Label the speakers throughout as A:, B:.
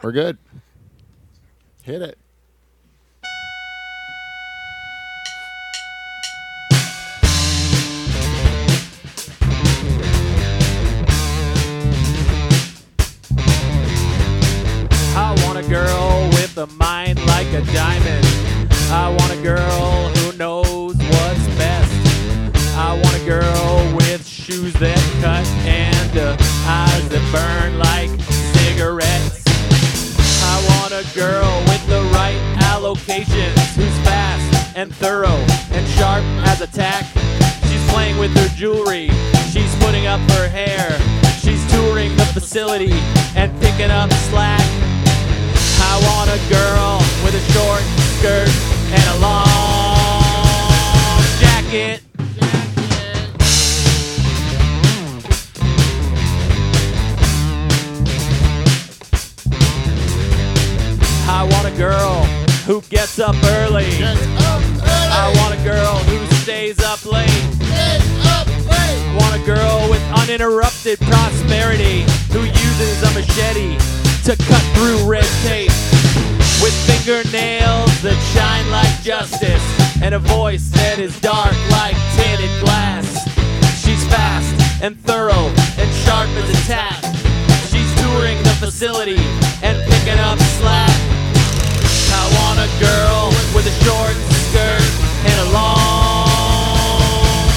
A: We're good. Hit it.
B: I want a girl with a mind like a diamond. I want a girl who knows what's best. I want a girl with shoes that cut and uh, eyes that burn like cigarettes. I want a girl with the right allocations who's fast and thorough and sharp as a tack. She's playing with her jewelry, she's putting up her hair, she's touring the facility and picking up slack. I want a girl with a short skirt and a long jacket. I want a girl who gets up early. I want a girl who stays up late. Want a girl with uninterrupted prosperity who uses a machete to cut through red tape with fingernails that shine like justice and a voice that is dark like tinted glass. She's fast and thorough and sharp as a tack. She's touring the facility and picking up slack. I want a girl with a short skirt and a long,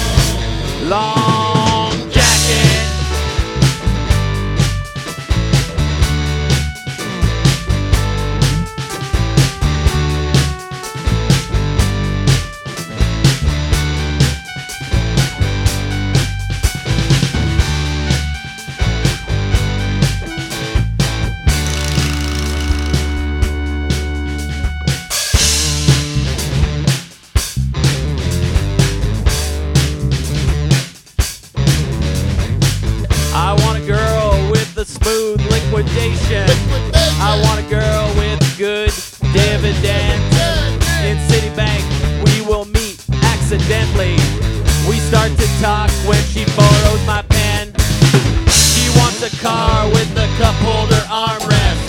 B: long jacket. I want a girl with the smooth liquidation. I want a girl with good dividends. In Citibank, we will meet accidentally. We start to talk when she borrows my pen. She wants a car with a cup holder armrest.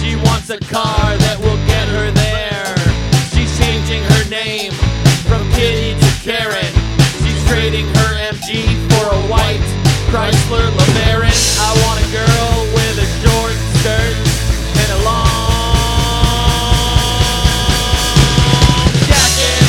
B: She wants a car that will get her there. She's changing her name from Kitty to Karen. She's trading her MG for a white Chrysler LeBaron. I want a girl with a short skirt and a long jacket.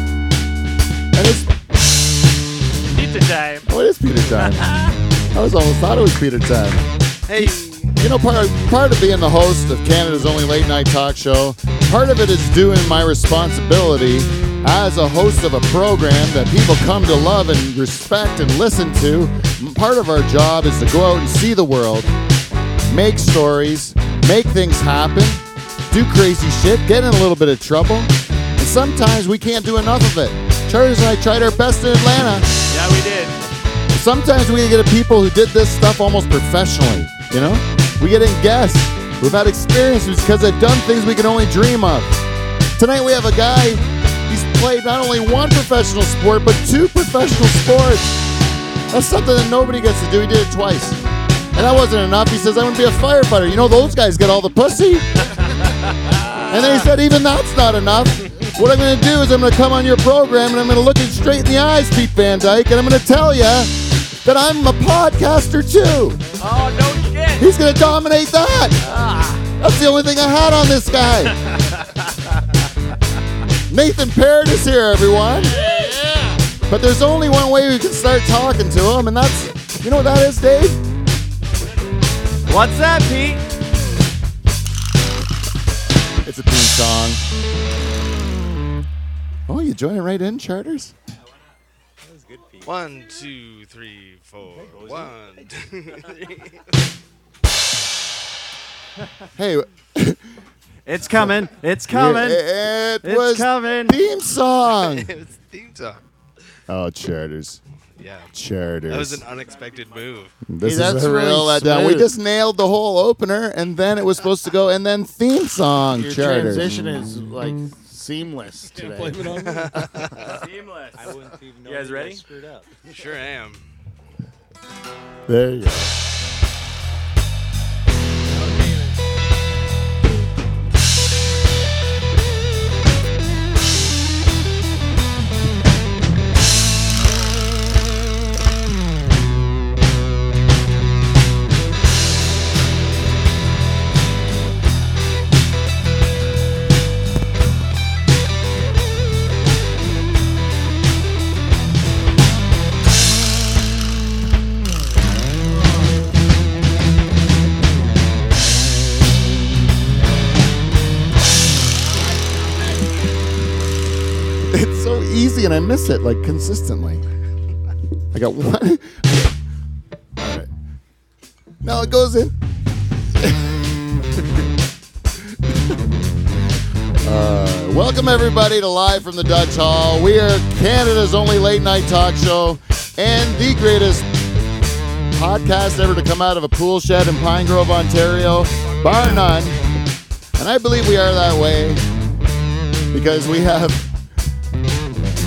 A: And it's,
B: Pizza time.
A: oh, it is Peter time. I was almost thought it was Peter time.
C: Hey,
A: You know, part of, part of being the host of Canada's only late night talk show, part of it is doing my responsibility as a host of a program that people come to love and respect and listen to. Part of our job is to go out and see the world, make stories, make things happen, do crazy shit, get in a little bit of trouble. And sometimes we can't do enough of it. Charters and I tried our best in Atlanta.
B: Yeah, we did.
A: Sometimes we get people who did this stuff almost professionally, you know? We get in guests who've had experiences because they've done things we can only dream of. Tonight we have a guy, he's played not only one professional sport, but two professional sports. That's something that nobody gets to do. He did it twice. And that wasn't enough. He says, I'm going to be a firefighter. You know, those guys get all the pussy. And
B: Ah.
A: then he said, even that's not enough. What I'm going to do is I'm going to come on your program and I'm going to look you straight in the eyes, Pete Van Dyke, and I'm going to tell you that I'm a podcaster too.
B: Oh, no shit.
A: He's going to dominate that.
B: Ah,
A: That's the only thing I had on this guy. Nathan Parrott is here, everyone.
B: yeah.
A: But there's only one way we can start talking to him, and that's, you know what that is, Dave?
C: what's that, Pete?
A: It's a theme song. Oh, you joining right in, Charters?
C: One, two, three, four. One, two, three.
A: Hey,
D: It's coming. It's coming.
A: It, it
D: It's
A: was
D: coming.
A: theme song.
C: It's theme song.
A: Oh, Charters.
C: Yeah.
A: Charters.
C: That was an unexpected move.
A: This
D: Hey,
A: is
D: that's
A: a
D: really
A: real letdown. We
D: smooth.
A: just nailed the whole opener, and then it was supposed to go, and then theme song
E: Your
A: charters.
E: transition is
F: Mm-hmm.
E: like seamless today.
D: Seamless.
G: I wouldn't even know.
B: guys
G: that
B: ready?
G: Screwed up.
C: Sure am.
A: There you go. It's so easy, and I miss it like consistently. I got one. All right. No, it goes in. uh, welcome everybody to live from the Dutch Hall. We are Canada's only late night talk show and the greatest podcast ever to come out of a pool shed in Pine Grove, Ontario, bar none. And I believe we are that way because we have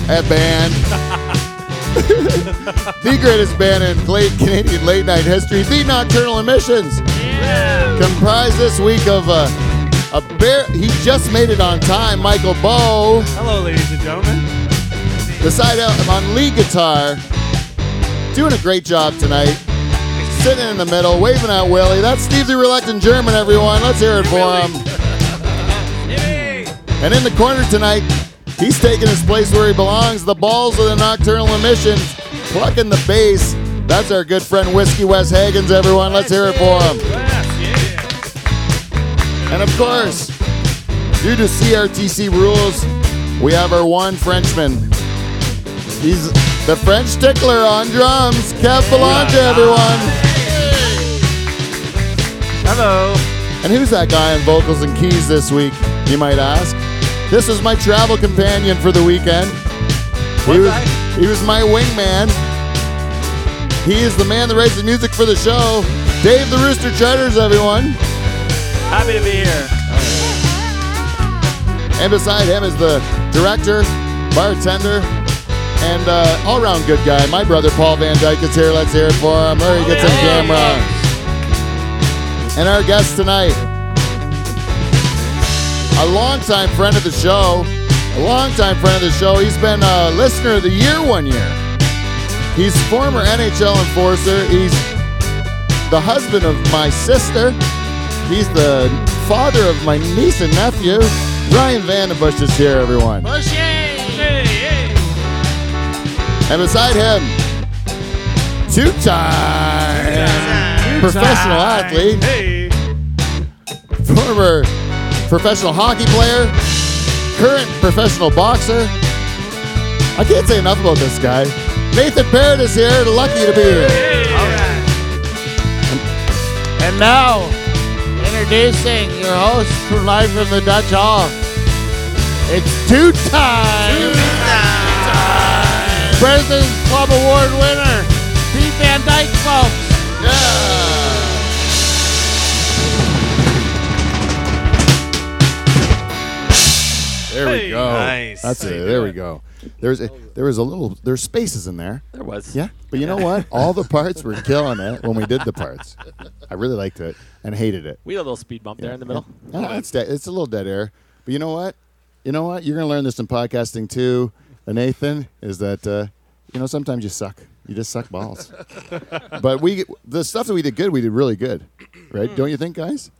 A: a band. the greatest band in late Canadian late night history, the Nocturnal Emissions. Comprised this week of uh, a bear. He just made it on time, Michael Bow.
B: Hello, ladies and gentlemen.
A: Beside him on lead guitar, doing a great job tonight. Sitting in the middle, waving at Willie. That's Steve the Reluctant German, everyone. Let's hear it for him. And in the corner tonight, he's taking his place where he belongs. The balls of the nocturnal emissions, plucking the bass. That's our good friend Whiskey Wes Hagens, everyone. Let's hear it for him. And of course, due to CRTC rules, we have our one Frenchman. He's the French tickler on drums, Kev Belange, everyone.
D: Hello.
A: And who's that guy on vocals and keys this week, you might ask? This is my travel companion for the weekend. He was, he was my wingman. He is the man that writes the music for the show. Dave the Rooster Charters, everyone.
B: Happy to be here.
A: And beside him is the director, bartender, and uh, all round good guy. My brother Paul Van Dyke is here. Let's hear it for him. Or he gets on camera. And our guest tonight, a longtime friend of the show, a longtime friend of the show. He's been a listener of the year one year. He's former NHL enforcer. He's the husband of my sister. He's the father of my niece and nephew. Ryan Vandenbush is here, everyone. And beside him, two-time professional athlete,
B: Hey.
A: former professional hockey player, current professional boxer. I can't say enough about this guy. Nathan Barrett is here. Lucky to be here.
E: And now, introducing your host for Live from the Dutch Hall. It's two time President's Club Award winner, Pete Van Dyke, folks.
A: Yeah. There we go.
C: Nice.
A: That's it. There we go. There's a, there was a little there's spaces in there.
B: There was.
A: Yeah, but you know what? All the parts were killing it when we did the parts. I really liked it and hated it.
B: We had a little speed bump there in the middle.
A: Yeah, it's dead. It's a little dead air. But you know what? You know what? You're gonna learn this in podcasting too, and Nathan is that uh, you know sometimes you suck. You just suck balls. but we the stuff that we did good, we did really good, right?
B: Hmm.
A: Don't you think, guys?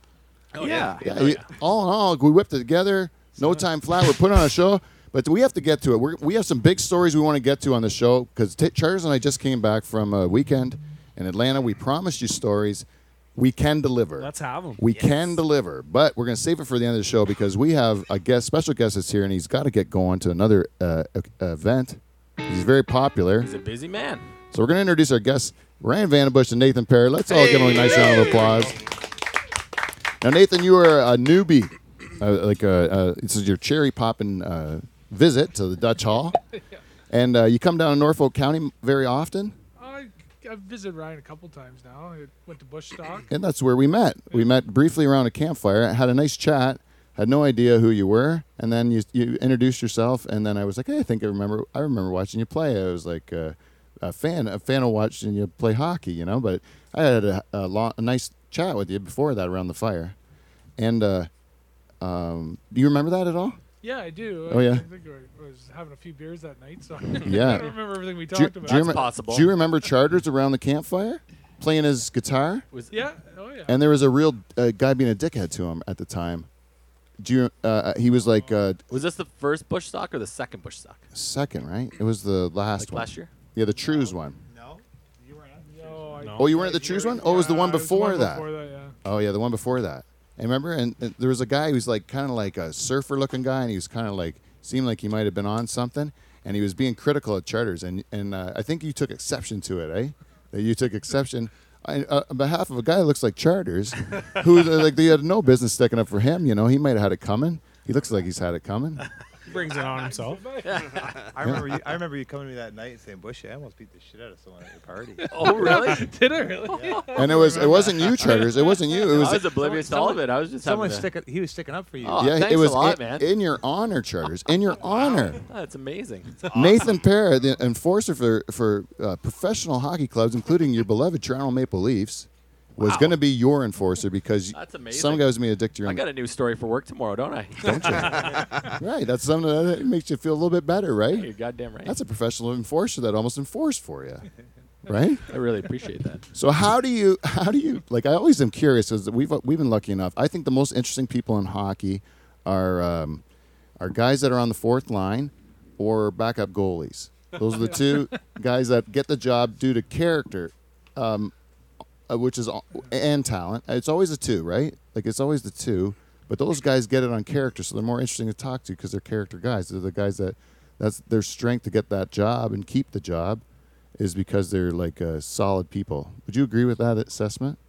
D: Oh, yeah.
A: Yeah. you- All in all, we whipped it together. No time flat. We're putting on a show, but we have to get to it. We're, we have some big stories we want to get to on the show because t- Charters and I just came back from a weekend in Atlanta. We promised you stories. We can deliver.
G: Let's have 'em.
A: We can deliver, but we're going to save it for the end of the show because we have a guest, special guest that's here, and he's got to get going to another uh, e- event. He's very popular.
B: He's a busy man.
A: So we're going to introduce our guests, Ryan Vandenbush and Nathan Perry. Let's all give them a nice round of applause. Now, Nathan, you are a newbie. Uh, like uh uh, this is your cherry popping uh, visit to the Dutch Hall, And uh, you come down to Norfolk County very often,
G: I, I've visited Ryan a couple times now. I went to Bush Stock.
A: and that's where we met. We met briefly around a campfire, had a nice chat, had no idea who you were, and then you, you introduced yourself, and then I was like, hey, I think I remember. I remember watching you play. I was like. Uh, a fan, a fan of watching you play hockey, you know. But I had a, a, lo- a nice chat with you before that around the fire, and uh, um, do you remember that at all?
G: Yeah, I do.
A: Oh,
G: I,
A: yeah?
G: I think I was having a few beers that night, so
A: Yeah.
G: I don't remember everything we
A: Do you-
G: talked about.
A: do you remem-
B: possible.
A: Do you remember Charters around the campfire playing his guitar?
B: Was
G: yeah, oh yeah.
A: And there was a real uh, guy being a dickhead to him at the time. Do you? Uh, he was like uh,
B: was this the first bush stock or the second bush stock?
A: second, right? It was the last
B: Like
A: one.
B: last year?
A: Yeah, the Trues one.
D: No, you were on.
G: no, I,
A: Oh, you weren't at the Trues one? Oh, it was the
G: Yeah,
A: one
G: it was
A: before that.
G: Before that, yeah.
A: Oh yeah, the one before that. And remember, and, and there was a guy who was like kind of like a surfer-looking guy, and he was kind of like seemed like he might have been on something, and he was being critical at charters, and and uh, I think you took exception to it, eh? That you took exception I, uh, on behalf of a guy that looks like charters, who uh, like they had no business sticking up for him. You know, he might have had it coming. He looks like he's had it coming.
H: He brings it on himself.
D: I remember. You, I remember you coming to me that night and saying, "Bush, I almost beat the shit out of someone at your party."
B: Oh, really?
G: Did I really?
A: And it was it wasn't you, charters. It wasn't you. It was
B: I was oblivious to all of it. I was just
D: Someone
B: having a,
D: stick. He was sticking up for you.
B: Oh.
A: yeah.
B: thanks
A: It
B: a
A: was
B: lot,
A: in,
B: man.
A: in your honor, charters. In your honor.
B: Oh, That's amazing.
A: Nathan Parra, the enforcer for for uh, professional hockey clubs, including your beloved Toronto Maple Leafs, was going to be your enforcer because
B: That's amazing.
A: some guy was going to be a dick to your
B: I got a new story for work tomorrow, don't I?
A: right. That's something that makes you feel a little bit better, right?
B: You're goddamn right.
A: That's a professional enforcer that almost enforced for you, right?
B: I really appreciate that.
A: So how do you how do you like? I always am curious. Is that we've we've been lucky enough. I think the most interesting people in hockey are um, are guys that are on the fourth line or backup goalies. Those are the two guys that get the job due to character, um, uh, which is all, and talent. It's always the two, right? Like it's always the two. But those guys get it on character, so they're more interesting to talk to because they're character guys. They're the guys that that's their strength to get that job and keep the job is because they're like uh, solid people. Would you agree with that assessment?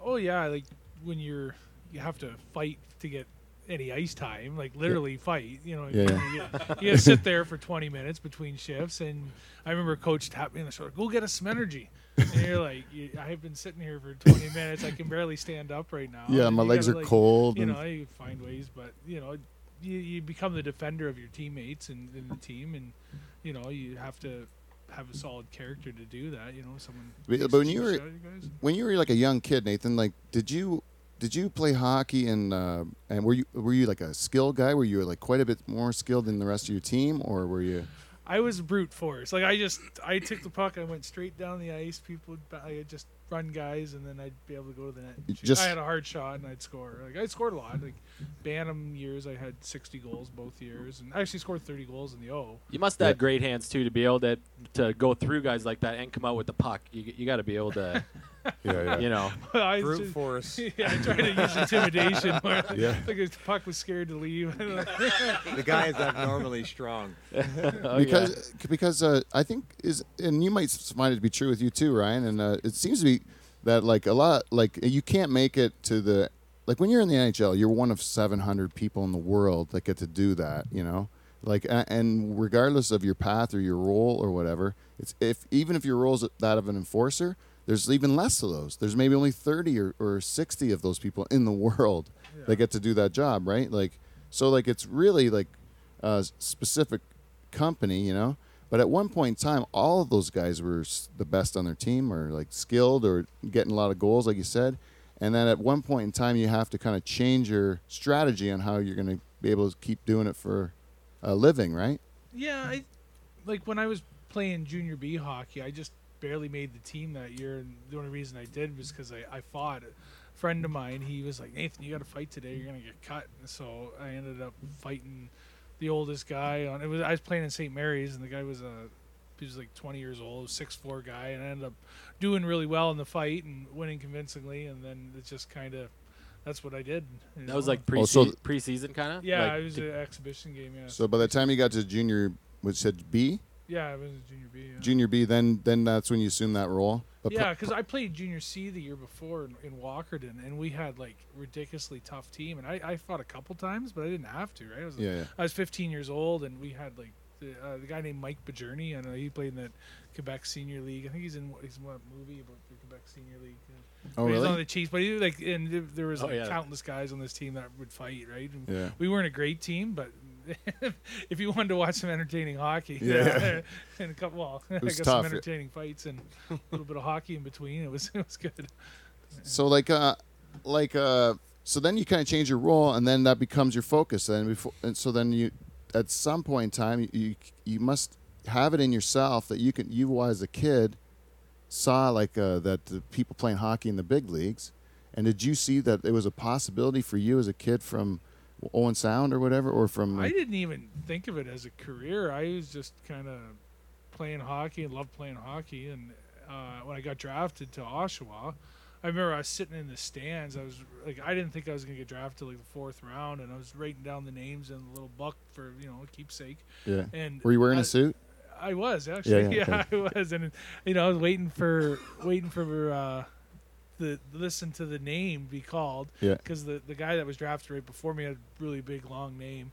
G: Oh yeah, like when you're you have to fight to get any ice time, like literally fight. You know,
A: Yeah, yeah.
G: you, get- you gotta sit there for 20 minutes between shifts, and I remember Coach tapped me on the shoulder, "Go get us some energy." And you're like, you, "I have been sitting here for 20 minutes. I can barely stand up right now."
A: Yeah,
G: And
A: my
G: you
A: legs
G: gotta,
A: are
G: like,
A: cold
G: You
A: and-
G: know, you find ways, but you know, you, you become the defender of your teammates and, and the team, and you know, you have to have a solid character to do that. You know, someone.
A: But-
G: takes
A: but when
G: the
A: you
G: juice
A: were-
G: out of you guys.
A: When you were like a young kid, Nathan, like did you did you play hockey and uh, and were you were you like a skill guy? Were you like quite a bit more skilled than the rest of your team, or were you?
G: I was brute force. Like I just, I took the puck, I went straight down the ice. People, would, I would just run guys, and then I'd be able to go to the net. and shoot.
A: Just-
G: I had a hard shot, and I'd score. Like I scored a lot. Like Bantam years, I had 60 goals both years, and I actually scored 30 goals in the O.
B: You must have great hands too to be able to to go through guys like that and come out with the puck. You you got to be able to,
A: Yeah,
B: you know.
G: I was
D: Brute
G: just-
D: force.
G: yeah, I tried to use intimidation. Where,
A: Yeah.
G: Like the puck was scared to leave.
D: The guy is abnormally strong.
B: Oh, yeah.
A: because because uh, I think is and you might s- find it to be true with you too, Ryan. And uh, it seems to be that like a lot like you can't make it to the like when you're in the NHL, you're one of 700 people in the world that get to do that. You know, like a- and regardless of your path or your role or whatever, it's if even if your role is that of an enforcer. There's even less of those. There's maybe only 30 or, or 60 of those people in the world that get to do that job, right? Like, so like it's really like uh, s- specific company, you know. But at one point in time, all of those guys were s- the best on their team, or like skilled, or getting a lot of goals, like you said. And then at one point in time, you have to kind of change your strategy on how you're going to be able to keep doing it for a living, right?
G: Yeah, I like when I was playing junior B hockey, I just barely made the team that year, and the only reason I did was because I, I fought. A friend of mine, he was like, Nathan, you got to fight today. You're gonna get cut. And so I ended up fighting the oldest guy on. It was I was playing in St. Mary's, and the guy was a he was like 20 years old, six four guy, and I ended up doing really well in the fight and winning convincingly. And then it just kind of that's what I did. you
B: that was
G: know?
B: like pre
A: Oh, so th-
B: preseason kind of.
G: yeah,
B: like,
G: it was
B: to-
G: an exhibition game. Yeah,
A: So by the time you got to junior, which said B,
G: yeah, it was a junior B. Yeah.
A: junior B, then then that's when you assume that role. But pro-
G: Yeah, because I played junior C the year before in, in Walkerton, and we had like ridiculously tough team, and I, I fought a couple times, but I didn't have to. Right? I was
A: yeah, yeah.
G: I was 15 years old, and we had like the, uh, the guy named Mike Bajerny. I know he played in that Quebec Senior League. I think he's in what, he's in what movie about the Quebec Senior League.
A: Oh,
G: But He's on
A: really?
G: the Chiefs, but he was like, and there- there was
B: Oh,
G: like
B: yeah.
G: countless guys on this team that would fight, right? And
A: Yeah.
G: We weren't a great team, but if you wanted to watch some entertaining hockey,
A: Yeah.
G: and a couple, well, I
A: was
G: guess
A: tough,
G: some
A: yeah.
G: entertaining fights and a little bit of hockey in between, it was it was good.
A: So like uh like uh so then you kind of change your role and then that becomes your focus and before and so then you at some point in time you you, you must have it in yourself that you can you as a kid saw like uh, that the people playing hockey in the big leagues and did you see that it was a possibility for you as a kid from Owen Sound or whatever or from
G: I didn't even think of it as a career. I was just kind of playing hockey and loved playing hockey. And uh, when I got drafted to Oshawa, I remember I was sitting in the stands. I was like, I didn't think I was gonna get drafted till, like the fourth round, and I was writing down the names in the little book for you know keepsake.
A: yeah
G: And
A: were you wearing
G: I-
A: a suit
G: I was actually,
A: Yeah,
G: yeah,
A: yeah,
G: I was, and you know, I was waiting for waiting for uh, the listen to the name be called,
A: Yeah.
G: because the the guy that was drafted right before me had a really big long name,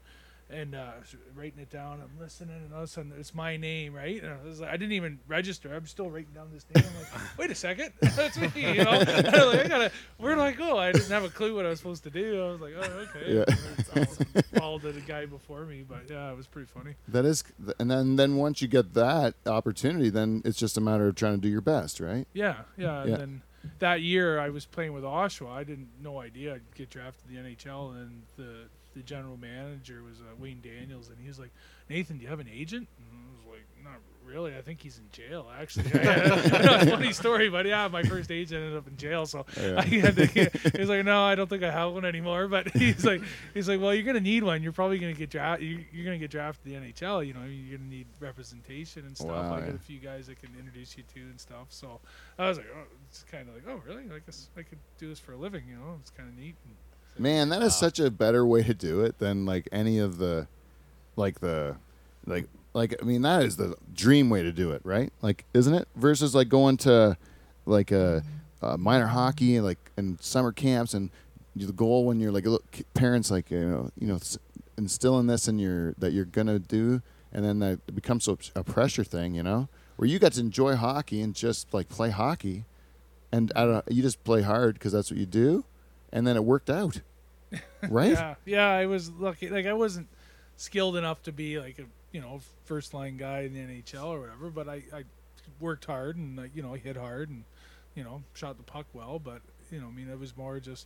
G: and uh, I was writing it down. I'm listening, and all of a sudden it's my name, right? And I was like, I didn't even register. I'm still writing down this name. I'm like, wait a second, that's me, you know? I'm like, I gotta, where do I go? I didn't have a clue what I was supposed to do. I was like, oh, okay.
A: Yeah.
G: I followed the guy before me, but yeah, it was pretty funny.
A: that is and then then once you get that opportunity then it's just a matter of trying to do your best right
G: Yeah, yeah.
A: Yeah.
G: And then that year I was playing with Oshawa. I didn't no idea I'd get drafted to the NHL. And the the general manager was uh, Wayne Daniels, and he was like, "Nathan, do you have an agent?" And I was like, "Not really. I think he's in jail, actually." I- I- funny story, but yeah, my first agent ended up in jail, so
A: Oh, Yeah.
G: I had to. He was like, "No, I don't think I have one anymore." But he's like, he's like, "Well, you're gonna need one. You're probably gonna get drafted. You're, you're gonna get drafted to the NHL. You know, you're gonna need representation and stuff.
A: Wow,
G: I
A: yeah.
G: got a few guys I can introduce you to and stuff." So I was like, "Oh, it's kind of like, oh, really? I guess I could do this for a living. You know, it's kind of neat." And
A: Man, that is such a better way to do it than like any of the, like the, like like I mean that is the dream way to do it, right? Like, isn't it? Versus like going to, like a, uh minor hockey like and summer camps and you- the goal when you're like look ki- parents like you know you know s- instilling this in your that you're gonna do and then that becomes a, a pressure thing, you know, where you got to enjoy hockey and just like play hockey, and I don't you just play hard because that's what you do, and then it worked out right?
G: yeah, yeah, I was lucky. Like I wasn't skilled enough to be like a you know first line guy in the NHL or whatever, but I, I worked hard and like, you know I hit hard and you know shot the puck well. But you know, I mean, it was more just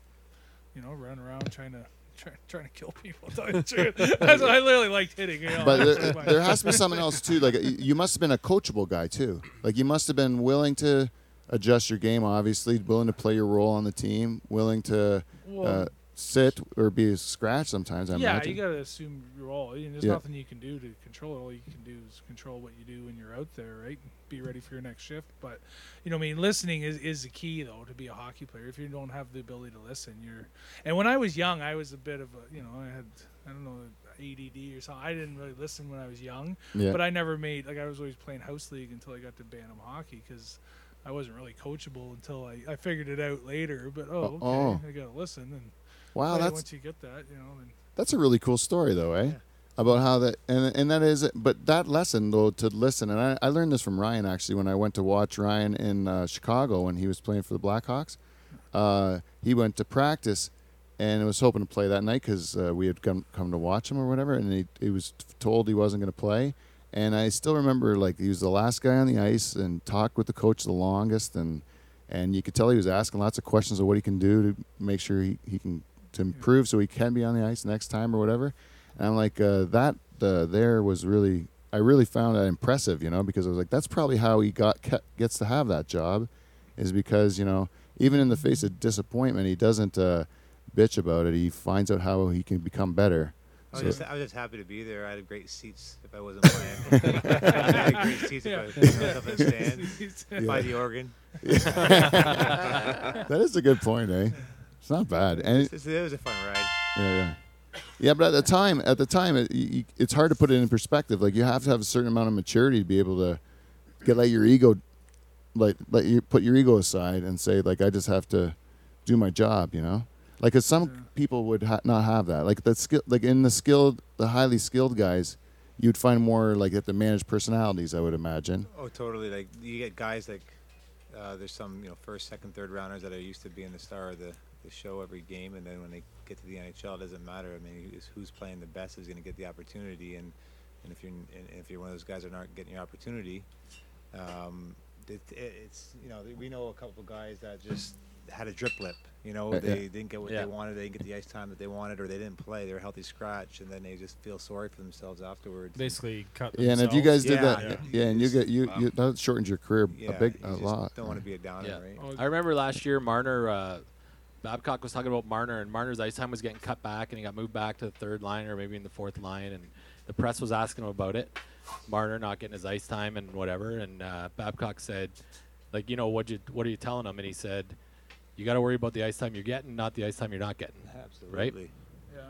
G: you know running around trying to. Try, trying to kill people. Tell you the truth. That's what I literally liked hitting. You know,
A: But
G: that's
A: there,
G: my-
A: there has to be something else too. Like y- you must have been a coachable guy too. Like you must have been willing to adjust your game, obviously, willing to play your role on the team, willing to uh,
G: Well-
A: sit or be scratched sometimes. I
G: yeah,
A: imagine.
G: you got to assume your role. And there's
A: Yeah.
G: nothing you can do to control it. All you can do is control what you do when you're out there, right? Be ready for your next shift. But you know, I mean, listening is, is the key though to be a hockey player. If you don't have the ability to listen, you're. And when I was young, I was a bit of a you know I had I don't know ADD or something. I didn't really listen when I was young,
A: Yeah.
G: but I never made like I was always playing house league until I got to Bantam hockey because. I wasn't really coachable until I, I figured it out later, but oh, okay,
A: Uh-oh.
G: I gotta listen and
A: wow,
G: play
A: that's
G: once you get that, you know. And
A: that's a really cool story though, eh? About how that and and that is, but that lesson though to listen, and I, I learned this from Ryan actually when I went to watch Ryan in uh, Chicago when he was playing for the Blackhawks. Uh, he went to practice, and was hoping to play that night because uh, we had come come to watch him or whatever, and he he was told he wasn't going to play, and I still remember like he was the last guy on the ice and talked with the coach the longest, and and you could tell he was asking lots of questions of what he can do to make sure he, he can to improve so he can be on the ice next time or whatever. And I'm like uh, that uh, there was really I really found that impressive, you know, because I was like that's probably how he got ke- gets to have that job, is because you know even in the face of disappointment he doesn't uh, bitch about it. He finds out how he can become better.
D: I was,
A: So-
D: just, I was just happy to be there. I had great seats if I wasn't playing. I had great seats
G: Yeah.
D: if I was up in the stand by the organ.
A: That is a good point, eh? It's not bad. And it-
D: It was, it was a fun ride.
A: Yeah, yeah. Yeah, but at the time, at the time, it, you, you- it's hard to put it in perspective. Like you have to have a certain amount of maturity to be able to get let your ego, like let you put your ego aside and say like I just have to do my job, you know. Like 'cause some people would ha- not have that. Like the skill, like in the skilled, the highly skilled guys, you'd find more like you have to manage personalities, I would imagine.
D: Oh, totally. Like you get guys like uh, there's some you know first, second, third rounders that are used to being the star of the, the show every game, and then when they get to the NHL, it doesn't matter. I mean, it's who's playing the best is going to get the opportunity, and and if you're and if you're one of those guys that aren't getting your opportunity, um, it, it, it's you know we know a couple of guys that just had a drip lip. You know,
A: Uh, yeah.
D: they didn't get what
B: Yeah.
D: they wanted, they didn't get the ice time that they wanted, or they didn't play. They were a healthy scratch, and then they just feel sorry for themselves afterwards.
H: Basically, cut.
A: Yeah, and if you guys
H: themselves.
A: did
D: Yeah,
A: that, yeah,
D: yeah.
A: and you get you,
C: Wow.
A: you that shortens your career
D: yeah,
A: a big
D: you
A: a
D: just
A: lot.
D: Don't want to be a downer,
B: Yeah.
D: right?
G: Oh,
B: I remember last year Marner uh, Babcock was talking about Marner and Marner's ice time was getting cut back and he got moved back to the third line or maybe in the fourth line and the press was asking him about it. Marner not getting his ice time and whatever and uh, Babcock said, like you know what you what are you telling him? And he said, you got to worry about the ice time you're getting, not the ice time you're not getting.
D: Absolutely.
G: Yeah.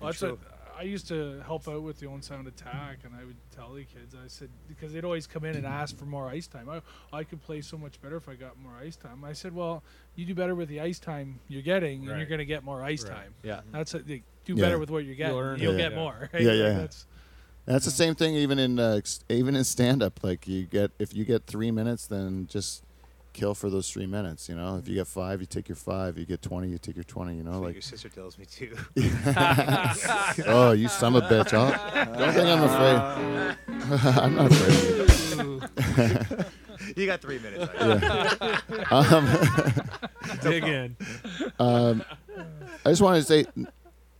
G: Well, that's
D: True.
G: what I used to help out with the own sound attack, and I would tell the kids, I said, because they'd always come in and ask for more ice time. I, I could play so much better if I got more ice time. I said, well, you do better with the ice time you're getting, and you're
H: Right.
G: going to get more ice
H: Right.
G: time.
B: Yeah.
G: That's it. Like, do
A: Yeah.
G: better with what you're getting.
H: earn
G: You'll
A: it,
G: get
H: yeah.
G: more. right?
A: Yeah,
G: Like,
A: yeah.
G: That's,
A: That's the same thing even in uh, ex- even in stand up. Like you get if you get three minutes, then just kill for those three minutes. You know, if you get five, you take your five. You get twenty, you take your twenty. You know,
D: That's what
A: like
D: your sister tells me too.
A: oh, you son of a bitch. I'll, don't think I'm afraid. I'm not afraid. of
D: you got three minutes. I
A: you. Yeah. Um,
H: dig in.
A: Um, I just wanted to say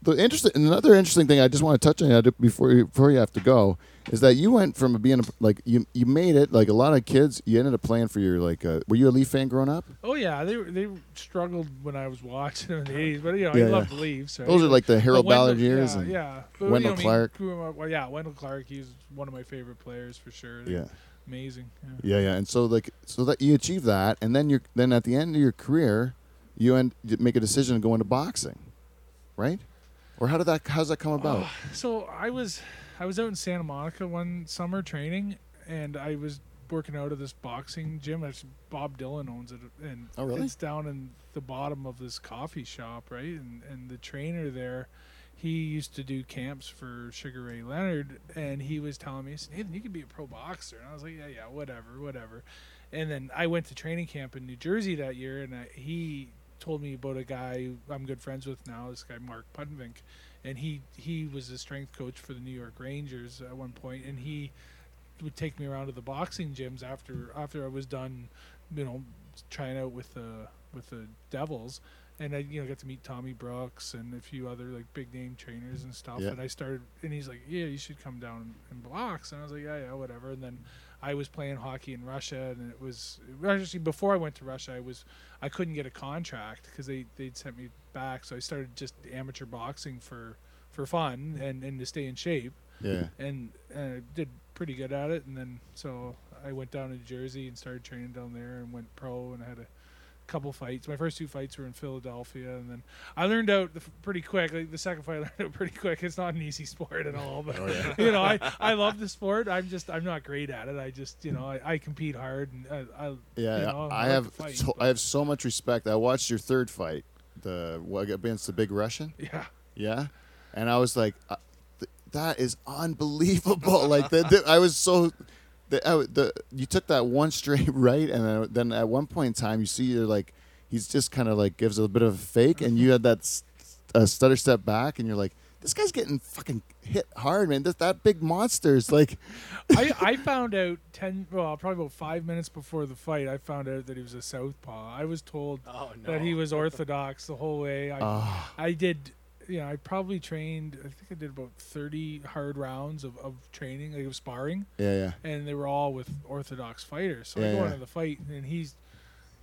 A: the interesting another interesting thing I just want to touch on Ed, before you, before you have to go is that you went from being a, like you you made it like a lot of kids you ended up playing for your like uh, were you a Leaf fan growing up?
G: oh, yeah. They, they struggled when I was watching in the 80s, but, you know,
A: Yeah,
G: I
A: yeah.
G: loved the Leafs. Right?
A: Those are like the Harold
G: But Wendell-
A: Ballard years
G: Yeah,
A: and
G: yeah. But,
A: Wendell
G: I mean,
A: Clark.
G: grew up- well, yeah, Wendell Clark. He's one of my favorite players for sure.
A: yeah.
G: Amazing. Yeah.
A: Yeah, yeah. And so like so that you achieve that and then you're then at the end of your career you end you make a decision to go into boxing. Right? Or how did that how's that come about?
G: Ah, So I was I was out in Santa Monica one summer training, and I was working out of this boxing gym. That's Bob Dylan owns it, and
A: Oh, really?
G: it's down in the bottom of this coffee shop, right? And and the trainer there, he used to do camps for Sugar Ray Leonard, and he was telling me, he said, Nathan, you could be a pro boxer. And I was like, yeah, yeah, whatever, whatever. And then I went to training camp in New Jersey that year, and I, he told me about a guy I'm good friends with now, this guy Mark Pudvink, and he he was a strength coach for the New York Rangers at one point, and he would take me around to the boxing gyms after after I was done, you know, trying out with the with the Devils, and I you know got to meet Tommy Brooks and a few other like big name trainers and stuff.
A: Yeah.
G: And I started, and he's like, yeah, you should come down and box, and I was like, yeah, yeah, whatever. And then I was playing hockey in Russia, and it was actually before I went to Russia, I was I couldn't get a contract because they they'd sent me back, so I started just amateur boxing for for fun and and to stay in shape
A: Yeah.
G: and and I did pretty good at it. And then so I went down to Jersey and started training down there and went pro and I had a couple fights. My first two fights were in Philadelphia, and then I learned out the, f- pretty quick. Like the second fight, I learned out pretty quick. It's not an easy sport at all, but you know, I I love the sport. I'm just I'm not great at it. I just you know I, I compete hard and uh, I, I
A: Yeah,
G: you know,
A: I,
G: like
A: have
G: to fight,
A: so,
G: but-
A: I have so much respect. I watched your third fight, the what, against the big Russian.
G: yeah.
A: Yeah, and I was like, uh, th- that is unbelievable. like the, the, I was so. The, I, w- the you took that one straight right, and then, then at one point in time, you see you're like, he's just kind of like gives a bit of a fake, and you had that s- uh, stutter step back, and you're like, this guy's getting fucking hit hard, man. That that big monster is like,
G: I, I found out ten well probably about five minutes before the fight I found out that he was a southpaw. I was told
B: Oh
G: that he was orthodox the whole way. I
A: ah,
G: I did you know I probably trained I think I did about thirty hard rounds of, of training like of sparring
A: yeah, yeah.
G: and they were all with orthodox fighters. So
A: Yeah,
G: I go
A: yeah.
G: into the fight and he's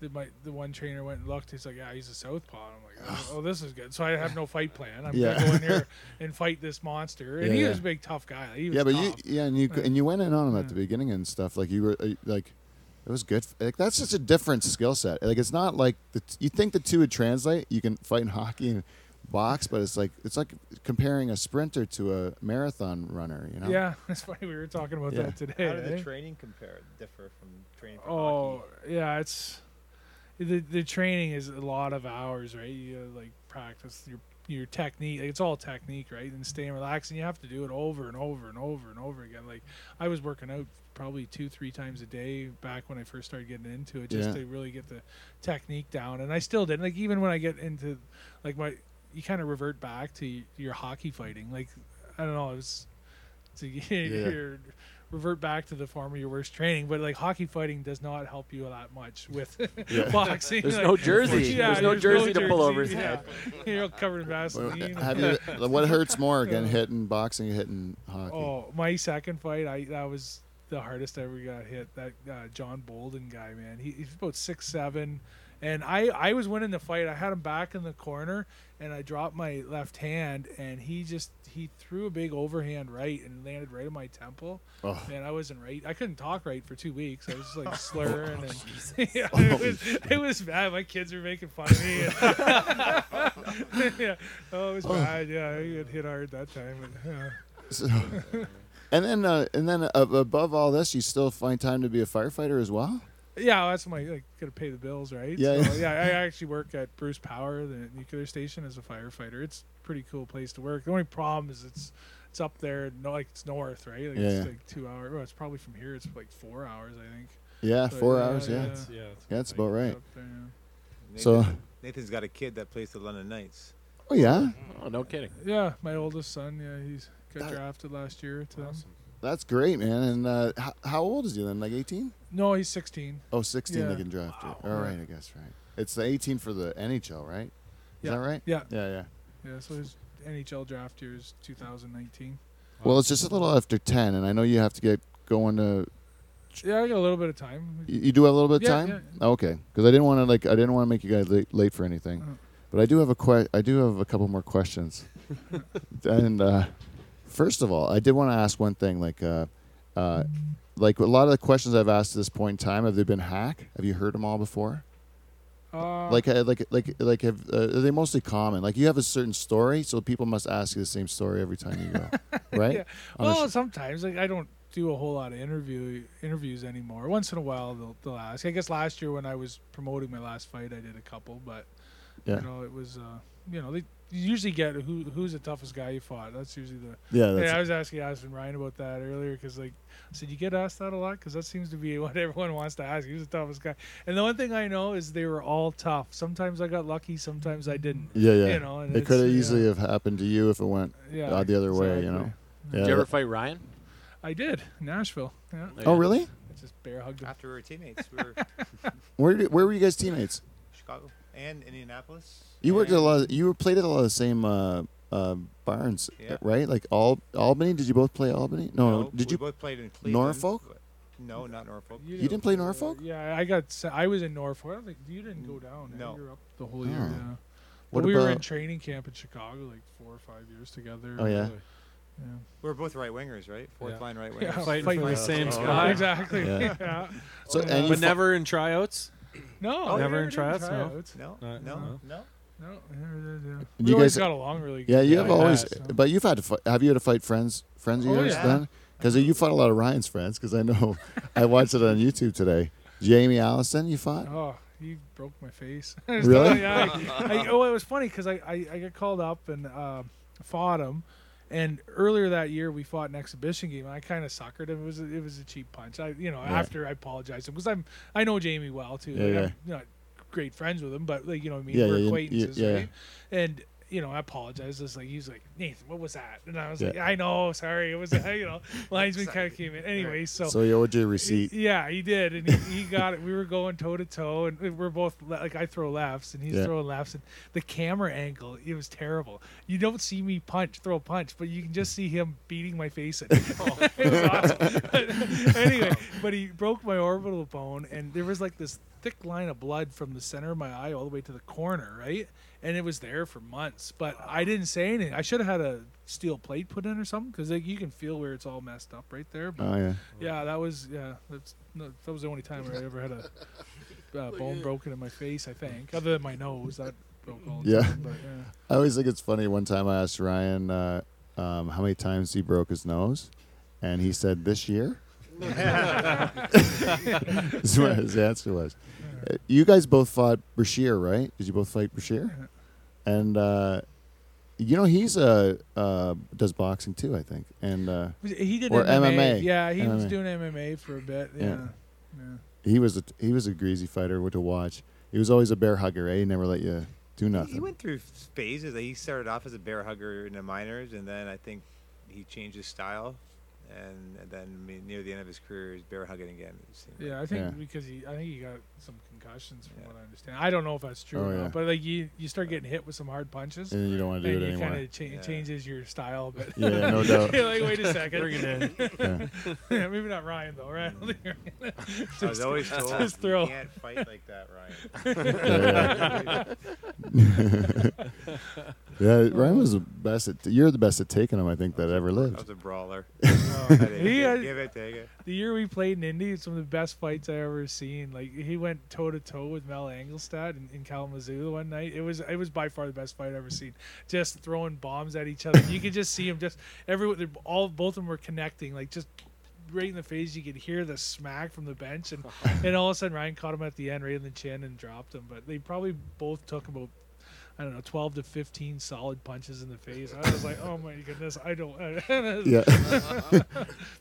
G: the my the one trainer went and looked. He's like, yeah, he's a southpaw. And I'm like, oh, this is good. So I have no fight plan. I'm
A: Yeah.
G: gonna go in here and fight this monster. And
A: Yeah,
G: he
A: yeah.
G: was a big tough guy. Like, he was
A: yeah, but
G: tough.
A: you, yeah, and you
G: Yeah.
A: and you went in on him at
G: Yeah.
A: the beginning and stuff. Like you were uh, like, it was good. Like that's such a different skill set. Like it's not like the t- you think the two would translate. You can fight in hockey and box, but it's like it's like comparing a sprinter to a marathon runner. You know?
G: Yeah, that's funny. We were talking about
A: Yeah.
G: that today.
D: How did
G: eh?
D: the training compare differ from training for
G: oh
D: hockey?
G: yeah, it's the the training is a lot of hours, right? You gotta, like practice your your technique. Like, it's all technique, right? And staying relaxed, and you have to do it over and over and over and over again. Like I was working out probably two, three times a day back when I first started getting into it, just
A: Yeah.
G: to really get the technique down. And I still did. Like even when I get into like my, you kind of revert back to y- your hockey fighting. Like I don't know, it was to your revert back to the form of your worst training. But like hockey fighting does not help you that much with
A: Yeah.
G: boxing.
B: There's
G: Like,
B: no jersey.
G: yeah,
B: There's no jersey to pull over his
G: yeah.
B: head.
G: You're all covered in Vaseline.
A: uh, Have you, what hurts more, getting hit in boxing or hitting hockey?
G: Oh, my second fight, I that was the hardest I ever got hit. That uh, John Bolden guy, man, he, he's about six seven, and I I was winning the fight. I had him back in the corner, and I dropped my left hand, and he just he threw a big overhand right and landed right on my temple.
A: Oh.
G: Man, I wasn't right. I couldn't talk right for two weeks. I was just like slurring, and yeah,
A: Oh,
G: it was it was bad. My kids were making fun of me. and- yeah, oh, it was bad. Yeah, I got hit hard that time. But, yeah.
A: So, and then, uh, and then uh, above all this, you still find time to be a firefighter as well.
G: Yeah, well, that's my like gotta pay the bills, right?
A: Yeah.
G: so, yeah. I actually work at Bruce Power, the nuclear station, as a firefighter. It's a pretty cool place to work. The only problem is it's it's up there, no, like it's north, right? Like
A: Yeah.
G: it's like two hours. Well, it's probably from here. It's like four hours, I think.
A: Yeah,
G: But,
A: four
G: Oh, yeah,
A: hours. Yeah.
G: yeah.
H: Yeah. it's-
A: yeah, that's about right.
G: It's up there, yeah.
A: So,
D: Nathan's got a kid that plays the London Knights.
A: oh yeah,
B: Oh, no kidding.
G: Yeah, my oldest son. Yeah, he's got
A: That-
G: drafted last year. To
A: that's great, man. And uh, how, how old is he then? Like 18?
G: No, he's sixteen.
A: Oh, 16 they
G: Yeah.
A: can draft it.
G: Wow.
A: All right, I guess right. It's the 18 for the NHL, right? Is
G: Yeah.
A: that right?
G: Yeah,
A: Yeah, yeah.
G: yeah. So his NHL draft year is 2019.
A: Well, it's just a little after 10, and I know you have to get going to.
G: Yeah, I got a little bit of time.
A: You you do have a little bit of
G: Yeah,
A: time. Oh, Okay, because I didn't want to like I didn't want to make you guys late, late for anything,
G: Uh-huh.
A: but I do have a que- I do have a couple more questions. and uh, first of all, I did want to ask one thing. Like, uh, uh, like a lot of the questions I've asked at this point in time, have they been hack? Have you heard them all before?
G: Uh,
A: like uh, like like like have uh, are they mostly common like you have a certain story so people must ask you the same story every time you go right
G: Yeah.
A: On a
G: Well, sometimes like I don't do a whole lot of interview interviews anymore. Once in a while, they'll, they'll ask. I guess last year when I was promoting my last fight, I did a couple, but
A: Yeah.
G: you know it was uh, you know they you usually get who who's the toughest guy you fought. That's usually the.
A: yeah
G: yeah, I was asking Aspen Ryan about that earlier because like I said, you get asked that a lot because that seems to be what everyone wants to ask. Who's the toughest guy? And the one thing I know is they were all tough. Sometimes I got lucky, sometimes I didn't.
A: yeah yeah
G: You know, and
A: it
G: it's-
A: could have
G: yeah.
A: easily have happened to you if it went
G: Yeah,
A: uh, the other way you
G: exactly.
A: know
B: Did
A: yeah,
B: you ever
A: that-
B: fight Ryan?
G: I did Nashville. Yeah,
A: oh really
G: I just bear hugged him.
D: After we were teammates, we were
A: where did, where were you guys teammates
D: Chicago and Indianapolis.
A: you worked at a
D: and-
A: lot of, you were played at a lot of the same uh, uh, barns
D: Yeah.
A: right like all Albany did you both play Albany no,
D: No,
A: did
D: we
A: you
D: both played in Cleveland.
A: Norfolk?
D: No, not Norfolk.
A: you didn't play Norfolk
G: Yeah, I got. se- I was in Norfolk. I don't think you didn't go down. eh?
D: No.
G: you were up the whole year.
A: Oh.
G: Yeah.
A: What
G: But we were in
A: about-
G: training camp in Chicago like four or five years together. Uh,
A: Oh, yeah?
G: yeah.
D: We were both right wingers, right? Fourth
H: Yeah.
D: line right wingers.
G: Yeah,
H: Fighting
G: fighting
H: for the
G: for
H: same
D: the same
H: sky.
G: Exactly.
A: Yeah.
G: Yeah.
A: so
G: yeah.
A: and you
H: But
A: fu-
H: never in tryouts.
G: No,
H: Oh,
G: we
H: never in
G: did
H: tryouts, no.
G: tryouts.
D: No,
H: No,
D: no,
H: no.
D: no.
G: No, we never did, yeah.
A: And
G: We
A: you
G: always
A: guys-
G: got along really good.
A: yeah you
H: Yeah,
A: have
H: like
A: always
H: that,
G: so.
A: but you've had to fight, have you had to fight friends friends of
G: Oh,
A: yours
G: yeah.
A: then Because you fought a lot of Ryan's friends. Because I know I watched it on YouTube today. Jamie Allison, you fought.
G: Oh, he broke my face.
A: Really?
G: yeah. I, I, oh, it was funny because I, I, I got called up and uh, fought him. And earlier that year, we fought an exhibition game. And I kind of suckered him. It was a, it was a cheap punch. I you know
A: Yeah.
G: after I apologized to him because I'm I know Jamie well too.
A: Yeah,
G: Like,
A: yeah.
G: I'm not great friends with him, but like you know what I mean
A: Yeah, yeah,
G: we're
A: you- you-
G: acquaintances,
A: yeah.
G: right? And you know I apologized. It's like he was like Nathan, what was that? And I was
A: Yeah.
G: like, I know, sorry, it was you know linesman kind of came in anyway.
A: So you owed your receipt.
G: Yeah, he did, and he, he got it. We were going toe to toe, and we we're both le- like I throw lefts, and he's
A: Yeah.
G: throwing lefts, and the camera angle it was terrible. You don't see me punch, throw a punch, but you can just see him beating my face. In. it was awesome. anyway, but he broke my orbital bone, and there was like this thick line of blood from the center of my eye all the way to the corner, right? And it was there for months, but I didn't say anything. I should have had a steel plate put in or something, because like, you can feel where it's all messed up right there. But
A: Oh yeah.
G: yeah, that was yeah. That's no, that was the only time I ever had a uh, bone broken in my face. I think, other than my nose, that broke all the
A: Yeah.
G: time. But, yeah.
A: I always think it's funny. One time I asked Ryan uh, um, how many times he broke his nose, and he said this year. That's what his answer was. Uh, You guys both fought Bashir, right? Did you both fight Bashir? And uh, you know he's uh, uh does boxing too, I think, and uh,
G: He did
A: Or
G: MMA.
A: MMA.
G: Yeah, he was
A: MMA.
G: doing MMA for a bit.
A: Yeah.
G: Yeah.
A: he was a he was a greasy fighter to watch. He was always a bear hugger. Eh? He never let you do
D: He- He
A: nothing.
D: went through phases. Like, He started off as a bear hugger in the minors, and then I think he changed his style. And, and then I mean, near the end of his career, he's bear hugging again. it seemed
G: yeah,
D: like.
G: I think
A: Yeah.
G: because he, I think he got some concussions from
D: Yeah.
G: what I understand. I don't know if that's true
A: Oh,
G: or not,
A: yeah.
G: but like you, you start getting hit with some hard punches,
A: And you don't want to do
G: and
A: it
G: you
A: anymore.
G: kind of cha-
D: Yeah.
G: changes your style. But
A: Yeah, no doubt.
G: You're like, wait a second,
H: Bring it in.
A: Yeah.
G: yeah, maybe not Ryan though, right? I don't think Ryan-
D: Mm. I was always told
G: just throw.
D: you can't fight like that, Ryan.
A: yeah, Ryan was the best. At you're the best at taking them, I think, that ever
D: I
A: lived.
D: was a brawler. I
G: Oh,
D: didn't
G: he
D: give-
G: had-
D: give it, take it.
G: the year we played in Indy, some of the best fights I ever seen. Like he went toe to toe with Mel Engelstad in, in Kalamazoo one night. It was it was by far the best fight I ever seen. Just throwing bombs at each other. you could just see him just every they're all both of them were connecting like just right in the face. You could hear the smack from the bench, and and all of a sudden Ryan caught him at the end right in the chin and dropped him. But they probably both took about. I don't know, twelve to fifteen solid punches in the face. I was like, "Oh my goodness, I don't."
A: Yeah,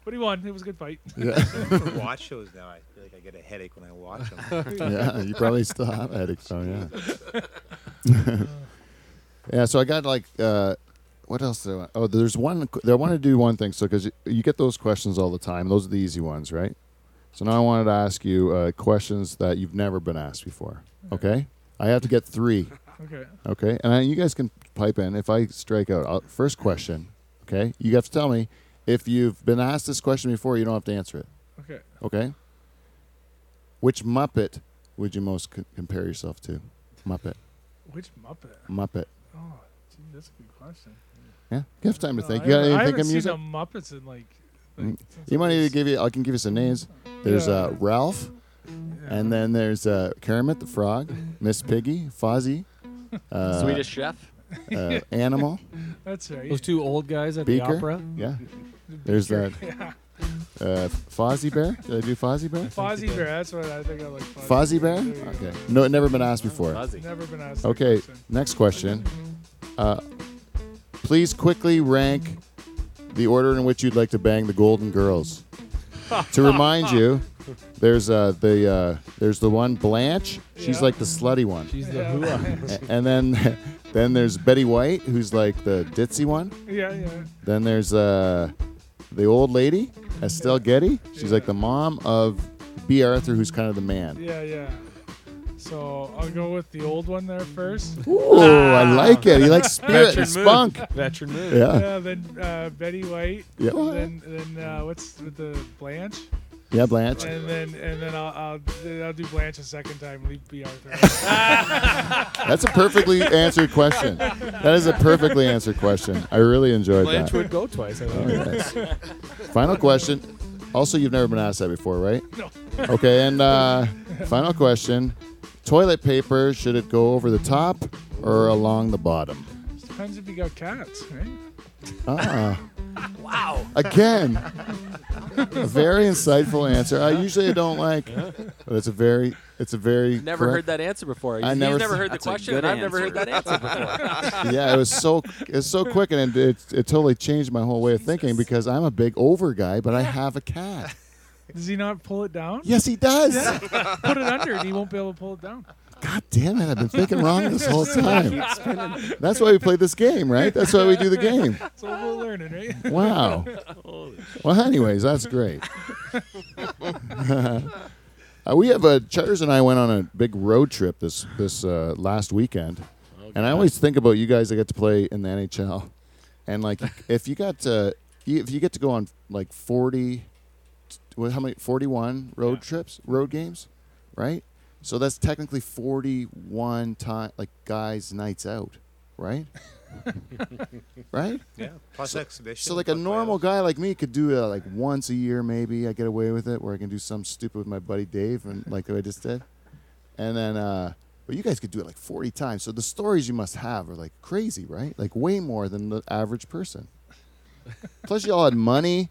G: But he won. It was a good fight.
A: yeah,
D: I watch shows now. I feel like I get a headache when I watch them.
A: yeah. You probably still have headaches, though. Yeah. yeah. So I got like, uh, what else? Do I, oh, there's one. I want to do one thing. So because you, you get those questions all the time, those are the easy ones, right? So now I wanted to ask you uh, questions that you've never been asked before. Okay. I have to get three.
G: Okay.
A: Okay, and I, you guys can pipe in if I strike out. I'll, first question, okay? You have to tell me if you've been asked this question before. You don't have to answer it.
G: Okay.
A: Okay. Which Muppet would you most co- compare yourself to? Muppet,
G: Which Muppet?
A: Muppet.
G: Oh, gee, that's a good question.
A: Yeah, you have time to
G: No,
A: think.
G: I
A: You got
G: haven't- I
A: anything
G: haven't
A: of
G: seen
A: music?
G: the Muppets in like. like
A: Mm.
G: since
A: You
G: I
A: might need
G: was-
A: to give you. I can give you some names. There's
G: Yeah.
A: uh, Ralph,
G: yeah.
A: and then there's uh, Kermit the Frog, Miss Piggy, Fozzie, uh,
B: Swedish Chef.
A: uh, Animal.
G: That's right.
H: Those two old guys at
A: Beaker?
H: the opera.
A: Yeah, there's that
G: Yeah.
A: uh, Fozzie Bear. Did I do Fozzie Bear?
G: Fozzie Bear. That's what I think I like.
A: Fozzie Bear?
G: Bear. There you go.
A: Okay. No, it never been asked before.
B: Fuzzy.
G: Never been asked. that
A: Okay,
G: question.
A: next question. Uh, please quickly rank the order in which you'd like to bang the Golden Girls. to remind you, there's uh, the uh, there's the one Blanche. She's
G: Yeah.
A: like the slutty one.
H: She's the
G: Yeah.
H: hua.
A: A- and then then there's Betty White, who's like the ditzy one.
G: Yeah, yeah.
A: Then there's uh, the old lady, Estelle Getty. She's like the mom of B. Arthur, who's kind of the man.
G: Yeah, yeah. So I'll go with the old one there first.
A: Ooh, I like it. He likes spirit
H: Veteran
A: and
H: move.
A: spunk.
H: Veteran move.
A: Ah. Yeah.
G: Yeah, then uh, Betty White.
A: Yeah.
G: Then then uh, what's with the Blanche?
A: Yeah, Blanche.
G: And then and then I'll I'll, then I'll do Blanche a second time. Leave B Arthur. out.
A: That's a perfectly answered question. That is a perfectly answered question. I really enjoyed
H: Blanche
A: that.
H: would go twice. I
A: Oh,
H: think.
A: yes. Final question. Also, you've never been asked that before, right?
G: No.
A: Okay, and uh, final question. Toilet paper, should it go over the top or along the bottom?
G: Depends if you got cats, right?
A: Uh-uh. wow. Again, a very insightful answer. I usually don't like, but it's a very, it's a very.
B: Never
A: correct-
B: heard that answer before.
A: I
B: He's
A: never
B: never,
A: s-
B: heard the
F: That's a
B: question,
F: good
B: and I've never heard
F: answer.
B: that answer before.
A: yeah, it was so it's so quick and it, it it totally changed my whole way of thinking because I'm a big over guy, but I have a cat.
G: Does he not pull it down?
A: Yes, he does.
G: Put it under, and he won't be able to pull it down.
A: God damn it! I've been thinking wrong this whole time. That's why we play this game, right? That's why we do the game.
G: So we're learning, right?
A: Wow. Well, anyways, that's great. Uh, we have a Charters and I went on a big road trip this this uh, last weekend, and I always think about you guys that get to play in the NHL, and like if you got to you- if you get to go on like forty, well, how many forty one road trips road games, right? So that's technically forty one time like guys nights out, right? right?
D: Yeah. Plus exhibition.
A: So like a
D: plus
A: normal
D: playoffs.
A: guy like me could do it like once a year maybe. I get away with it, or I can do something stupid with my buddy Dave, and like the way I just did. And then, uh, but you guys could do it like forty times. So the stories you must have are like crazy, right? Like way more than the average person. Plus, y'all had money.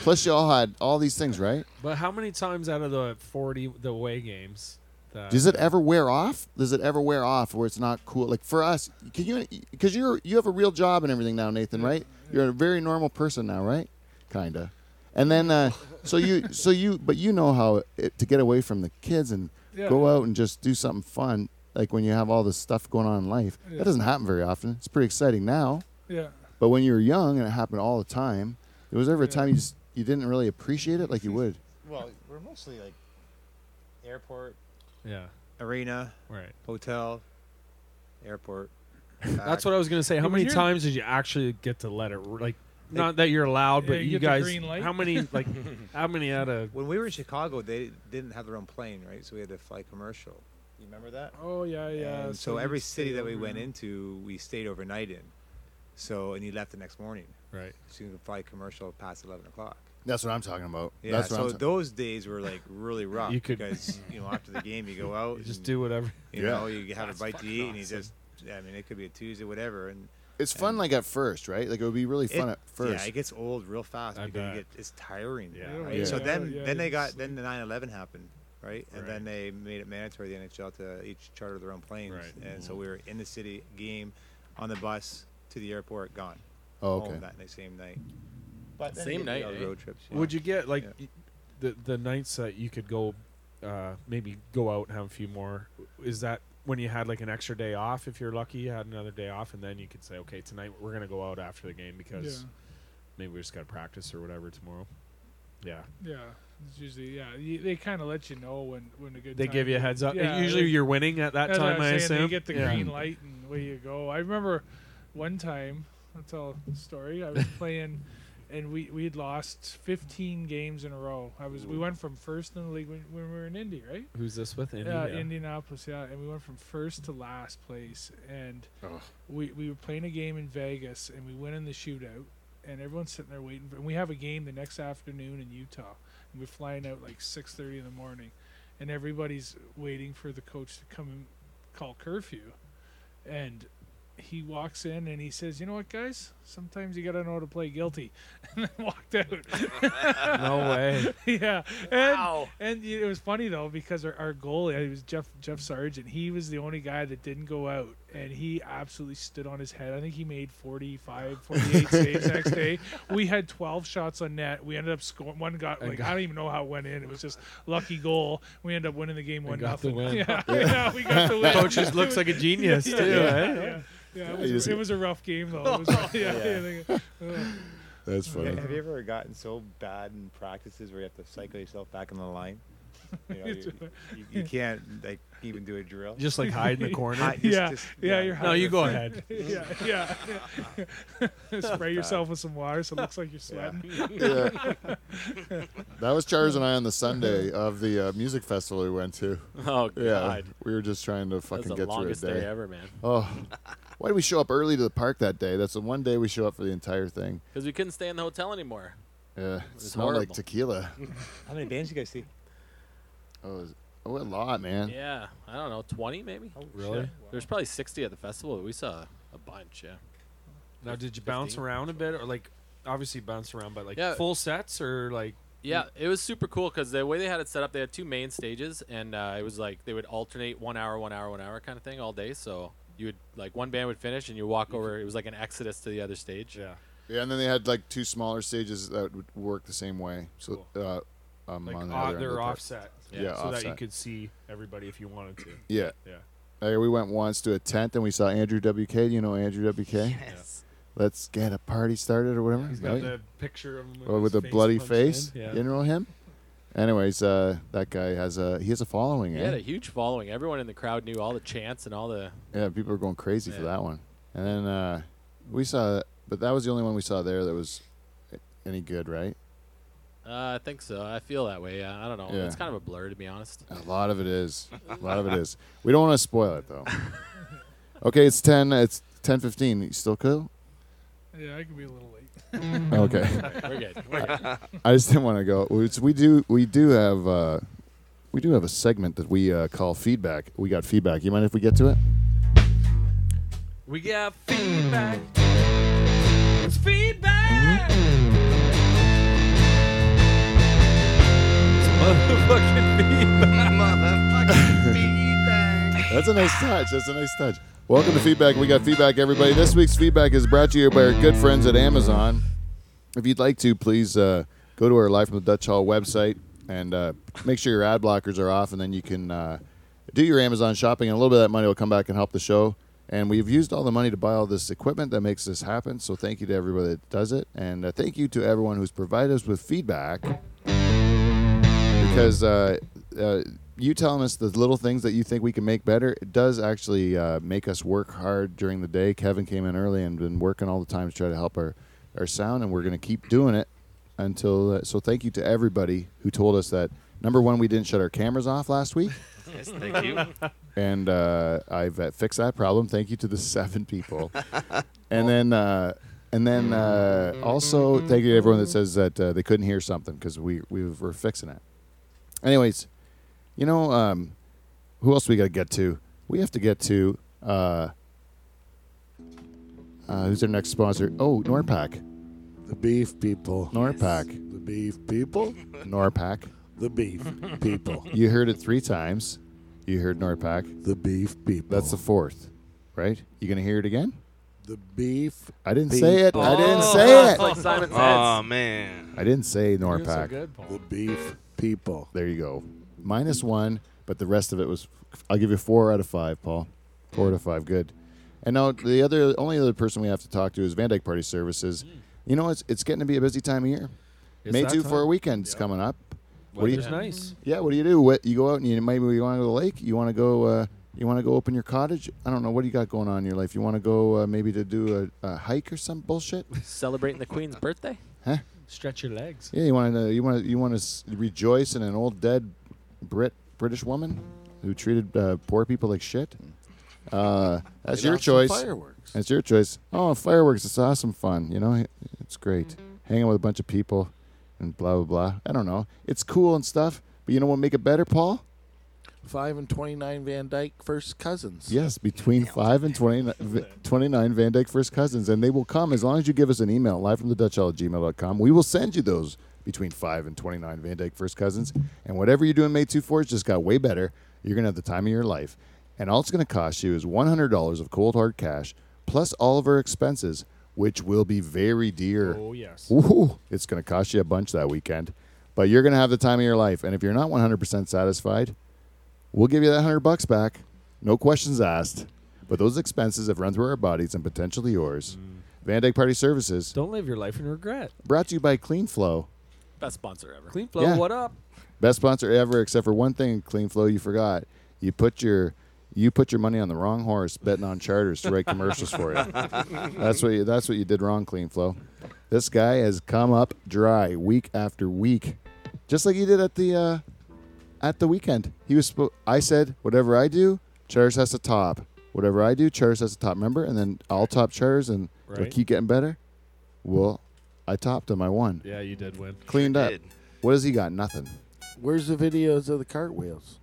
A: Plus, y'all had all these things, right?
H: But how many times out of the 40 the away games that.
A: Does it ever wear off? Does it ever wear off where it's not cool? Like for us, can you? Because you're you have a real job and everything now, Nathan, right? You're a very normal person now, right? Kinda. And then uh, so you so you but you know how it, to get away from the kids and
G: Yeah.
A: go out and just do something fun. Like when you have all this stuff going on in life,
G: Yeah.
A: that doesn't happen very often. It's pretty exciting now,
G: Yeah.
A: but when you were young and it happened all the time, there was ever a
G: Yeah.
A: time you just you didn't really appreciate it like you would.
D: Well, we're mostly like airport,
H: Yeah.
D: arena,
H: Right.
D: hotel, airport.
H: That's what I was gonna say. How
G: when
H: many
G: you're-
H: times did you actually get to let it? r- Like, not that you're allowed, but
G: Yeah, you
H: you,
G: get the
H: guys.
G: green light.
H: How many? Like, how many out of?
D: When we were in Chicago, they didn't have their own plane, right? So we had to fly commercial. You remember that?
G: Oh yeah, yeah.
D: And so
G: you
D: every
G: stay
D: city that we
G: over
D: went
G: and-
D: into, we stayed overnight in. So and you left the next morning.
H: Right.
D: So you can fly commercial past eleven o'clock.
A: That's what I'm talking about.
D: Yeah.
A: That's what
D: so
A: I'm ta-
D: those days were like really rough
H: You could-
D: because you know after the game you go out,
H: You just
D: and,
H: do whatever.
D: You
A: Yeah.
D: know, you have
C: That's
D: a bite to
C: fucking
D: eat, and you
C: awesome.
D: just. I mean, it could be a Tuesday, whatever, and
A: It's fun like at first, right? Like it would be really fun
D: It-
A: at first.
D: Yeah, it gets old real fast
H: I
D: because you
H: bet.
D: get, it's tiring.
H: Yeah.
D: Yeah.
H: Yeah,
D: Right?
A: yeah.
D: So then,
G: Yeah,
D: then
G: you
D: they got
G: just
D: then the 9/11 happened, right? And
H: Right.
D: then they made it mandatory the NHL to each charter their own planes,
H: Right.
D: and so we were in the city game, on the bus to the airport, gone.
A: oh,
D: Home
A: okay.
D: that night, same night. But then
B: Same
D: you get, you
B: night,
D: know,
B: eh?
D: road trips.
H: Would you get like
D: Yeah.
H: y- the the nights that you could go, uh, maybe go out and have a few more? Is that when you had like an extra day off? If you're lucky, you had another day off, and then you could say, okay, tonight we're gonna go out after the game because
G: Yeah.
H: maybe we just got to practice or whatever tomorrow. Yeah,
G: Yeah. It's usually yeah. You, they kind of let you know when when a good.
H: they
G: time
H: give you a
G: to-
H: heads up.
G: Yeah,
H: Usually,
G: they-
H: you're winning at that
G: That's what
H: time.
G: I'm
H: I
G: saying, they
H: assume.
G: get the
H: Yeah.
G: green light and away you go. I remember one time. I'll tell a story. I was playing, and we we had lost 15 games in a row. I was we went from first in the league when, when we were in Indy, right?
H: Who's this with? Indy?
G: Yeah,
H: Yeah.
G: Indianapolis. Yeah, and we went from first to last place, and
A: Ugh.
G: we we were playing a game in Vegas, and we went in the shootout, and everyone's sitting there waiting. For, and we have a game the next afternoon in Utah, and we're flying out like six thirty in the morning, and everybody's waiting for the coach to come and call curfew, and. He walks in and he says, "You know what, guys? Sometimes you gotta know to play guilty." And then walked out.
H: no way.
G: yeah, and and y- it was funny though because our, our goalie it was Jeff Jeff Sargent. He was the only guy that didn't go out, and he absolutely stood on his head. I think he made 45, 48 saves the next day. We had twelve shots on net. We ended up scoring one. Got
H: And
G: like
H: got-
G: I don't even know how it went in. It was just lucky goal. We ended up winning the game one
H: got the
G: nothing.
H: win.
G: Yeah, yeah, we got the win.
H: Coach just looks like a genius too. eh?
G: yeah, yeah, yeah,
A: you
G: it, was,
A: just-
G: it was a rough game though. It was- yeah, uh, yeah, yeah.
A: That's
D: Yeah,
A: funny.
D: Have you ever gotten so bad in practices where you have to cycle yourself back on the line? You, know, you, you, you can't like even do a drill.
H: Just like hide in the corner.
D: Hi- just-
G: yeah,
D: just-
G: yeah, you're
H: no, you go ahead.
G: yeah, yeah. Spray yourself with some water so it looks like you're sweating.
A: Yeah. that was Charles and I on the Sunday of the uh, music festival we went to.
B: Oh
A: Yeah,
B: god,
A: we were just trying to
B: that's
A: fucking
B: the
A: get through a
B: longest day
A: day.
B: ever, man.
A: Oh, why did we show up early to the park that day? That's the one day we show up for the entire thing.
B: Because we couldn't stay in the hotel anymore.
A: Yeah, it
B: was
A: smelled like
B: horrible.
A: tequila.
D: How many bands you guys see?
A: Oh, it was- oh, a lot, man.
B: Yeah, I don't know, twenty maybe.
D: Oh,
H: Really?
D: shit.
B: There's probably sixty at the festival. We saw a
A: Mm.
B: bunch. Yeah.
H: Now, did you bounce
B: 15?
H: around a bit, or like, obviously bounce around, but like
B: Yeah.
H: full sets, or like,
B: Yeah, it was super cool because the way they had it set up, they had two main stages, and uh, it was like they would alternate one hour, one hour, one hour kind of thing all day. So you would like one band would finish, and you walk over. It was like an exodus to the other stage.
H: yeah,
A: Yeah, and then they had like two smaller stages that would work the same way. So, uh, um,
H: like
A: on the
H: uh,
A: other end of the
H: they're
A: park.
H: offset,
B: Yeah,
A: Yeah,
H: so that you
A: offset.
H: could see everybody if you wanted to.
A: Yeah.
H: Yeah.
A: Hey, we went once to a tent and we saw Andrew WK. Do you know Andrew WK?
B: Yes.
A: Let's get a party started or whatever.
H: He's got
A: right?
H: the picture of him
A: Or with
H: his
A: a bloody
H: punched in.
A: face.
H: Yeah.
A: You know him? Anyways, uh, that guy has a he has a following.
B: He
A: eh?
B: had a huge following. Everyone in the crowd knew all the chants and all the.
A: Yeah, people are going crazy for
B: Yeah.
A: that one. And then uh, we saw, but that was the only one we saw there that was any good, right?
B: Uh, I think so. I feel that way. Yeah, I don't know.
A: Yeah.
B: It's kind of a blur, to be honest.
A: A lot of it is. A lot of it is. We don't want to spoil it though. Okay, it's ten. It's ten fifteen. You still cool?
G: Yeah, I could be a little late.
A: Okay.
B: We're good. We're good.
A: I just didn't want to go. We- it's- We do. We do have. Uh, we do have a segment that we uh, call feedback. We got feedback. You mind if we get to it?
H: We got
G: Feedback. It's feedback.
H: motherfucking feedback.
C: Motherfucker.
A: That's a nice touch. That's a nice touch. Welcome to feedback. We got feedback, everybody. This week's feedback is brought to you by our good friends at Amazon. If you'd like to, please uh, go to our Live from the Dutch Hall website and uh, make sure your ad blockers are off, and then you can uh, do your Amazon shopping, and a little bit of that money will come back and help the show. And we've used all the money to buy all this equipment that makes this happen. So thank you to everybody that does it, and uh, thank you to everyone who's provided us with feedback because uh, uh, you telling us the little things that you think we can make better it does actually uh, make us work hard during the day. Kevin came in early and been working all the time to try to help our, our sound, and we're going to keep doing it until. Uh, so thank you to everybody who told us that. Number one, we didn't shut our cameras off last week,
C: Yes, thank you.
A: and uh, I've uh, fixed that problem. Thank you to the seven people, and then. Uh, and then uh, also, thank you to everyone that says that uh, they couldn't hear something because we, we were fixing it. Anyways, you know, um, who else we got to get to? We have to get to uh, uh, who's our next sponsor? Oh, Norpac.
F: The beef people.
A: Norpac.
F: The beef people.
A: Norpac.
F: The beef people.
A: You heard it three times. You heard Norpac.
F: The beef people.
A: That's the fourth, right? You going to hear it again?
F: the beef.
A: I didn't say it. I didn't
B: Oh,
A: say
B: It's
A: it.
B: like Simon Says.
C: Oh man.
A: I didn't say
H: You're so
A: Norpac.
H: good,
F: The
H: Paul.
F: beef people.
A: There you go. Minus one, but the rest of it was. I'll give you four out of five, Paul. Four out of five, good. And now the other, only other person we have to talk to is Van Dyke Party Services. You know, it's it's getting to be a busy time of year.
H: It's
A: May
H: that
A: do for a
H: time.
A: weekend's coming up. What do you,
H: Weather's nice.
A: yeah, what do you do? What you go out and you maybe you want to go to the lake. You want to go. Uh, you want to go open your cottage. I don't know what do you got going on in your life. You want to go uh, maybe to do a, a hike or some bullshit.
B: Celebrating the Queen's birthday?
H: Stretch your legs.
A: Yeah, you want to you want to you want to rejoice in an old dead Brit British woman who treated uh, poor people like shit. Uh, that's your choice.
F: Fireworks.
A: That's your choice. Oh, fireworks! It's awesome fun. You know, it's great. Hanging with a bunch of people and blah blah blah. I don't know. It's cool and stuff. But you know what make it better, Paul?
F: Five and twenty-nine Van Dyke first cousins.
A: Yes, between 5 and 20, v- 29 Van Dyke First Cousins. And they will come as long as you give us an email, live from the Dutch at gmail.com. We will send you those between 5 and 29 Van Dyke First Cousins. And whatever you're doing, May 24 just got way better. You're going to have the time of your life. And all it's going to cost you is $100 of cold hard cash plus all of our expenses, which will be very dear.
H: Oh yes.
A: Ooh, it's going to cost you a bunch that weekend, but you're going to have the time of your life. And if you're not 100% satisfied, we'll give you that 100 bucks back. No questions asked. But those expenses have run through our bodies and potentially yours. Van Dyke Party Services,
H: Don't live your life in regret.
A: brought to you by Clean Flow.
B: Best sponsor ever.
H: Clean flow.
A: Yeah.
H: What up?
A: Best sponsor ever, except for one thing, Clean Flow, you forgot. You put your you put your money on the wrong horse, betting on charters to write commercials for you. That's what you, that's what you did wrong, Clean Flow. This guy has come up dry week after week, just like he did at the uh, at the weekend. He was spo- I said whatever I do, charters has to top. Whatever I do, charters has to top. Remember, and then I'll top charters and it'll
H: Right.
A: keep getting better. Well, I topped him. I won.
H: Yeah, you did win.
A: Cleaned up.
C: Did.
A: What has he got? Nothing.
F: Where's the videos of the cartwheels?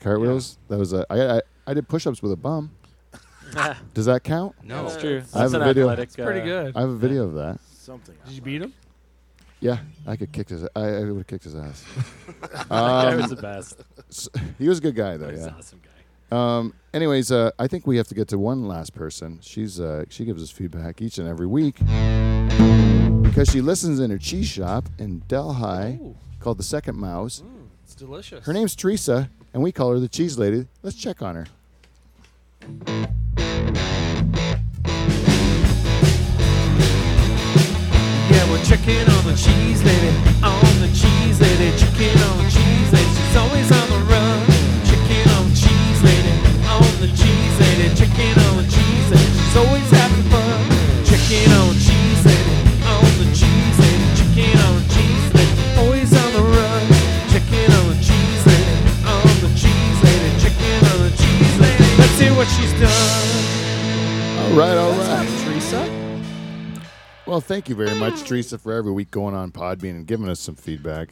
A: Cartwheels. That was a. I I, I did push-ups with a bum. Does that count?
C: No.
B: That's true.
A: I have
B: That's
A: a
B: an
A: video.
B: athletic. It's
H: Pretty good.
A: I have a video of that.
F: Something.
H: Did you beat him?
A: Yeah, I could kick his. I, I would have kicked his ass.
B: That guy
A: um,
B: was the best.
A: s- he was a good guy though.
B: He's
A: Yeah.
B: an awesome guy.
A: Um, anyways, uh, I think we have to get to one last person. She's uh, she gives us feedback each and every week because she listens in her cheese shop in Delhi
H: Ooh,
A: called the Second Mouse.
H: it's delicious.
A: Her name's Teresa, and we call her the Cheese Lady. Let's check on her.
B: Yeah, we're checking on the cheese lady, on the cheese lady, checking on the cheese lady. She's always on the run. Checking on the cheese lady, on the cheese lady, checking on the cheese lady. She's always having fun. Checking on the cheese lady, on the cheese lady, checking on the cheese lady. Always on the run. Checking on the cheese lady, on the cheese lady, checking on the cheese lady. Let's hear what she's done.
A: All right, all right.
B: Teresa.
A: Well, thank you very much, Teresa, for every week going on Podbean and giving us some feedback.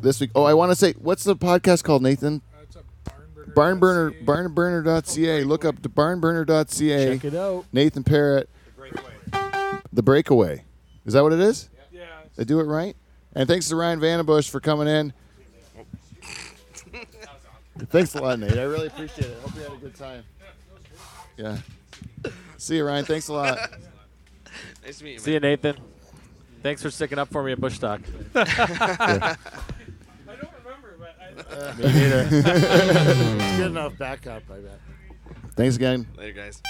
A: This week, oh, I want to say, what's the podcast called, Nathan?
G: That's a barn burner.
A: Barnburner,
G: That's-
A: barnburner.ca. Look up to barnburner.ca.
H: Check it out.
A: Nathan Parrott, The Breakaway. Is that what it is?
G: Yeah.
A: They do it right? And thanks to Ryan Vandenbush for coming in. Thanks a lot, Nate. I really appreciate it. Hope you had a good time. Yeah. See you, Ryan. Thanks a lot.
C: Nice to meet you.
B: See you, Nathan. Thanks for sticking up for me at Bush Talk.
G: I don't remember, but I,
A: Me neither.
F: Good enough backup, I bet.
A: Thanks again.
C: man. Later, guys.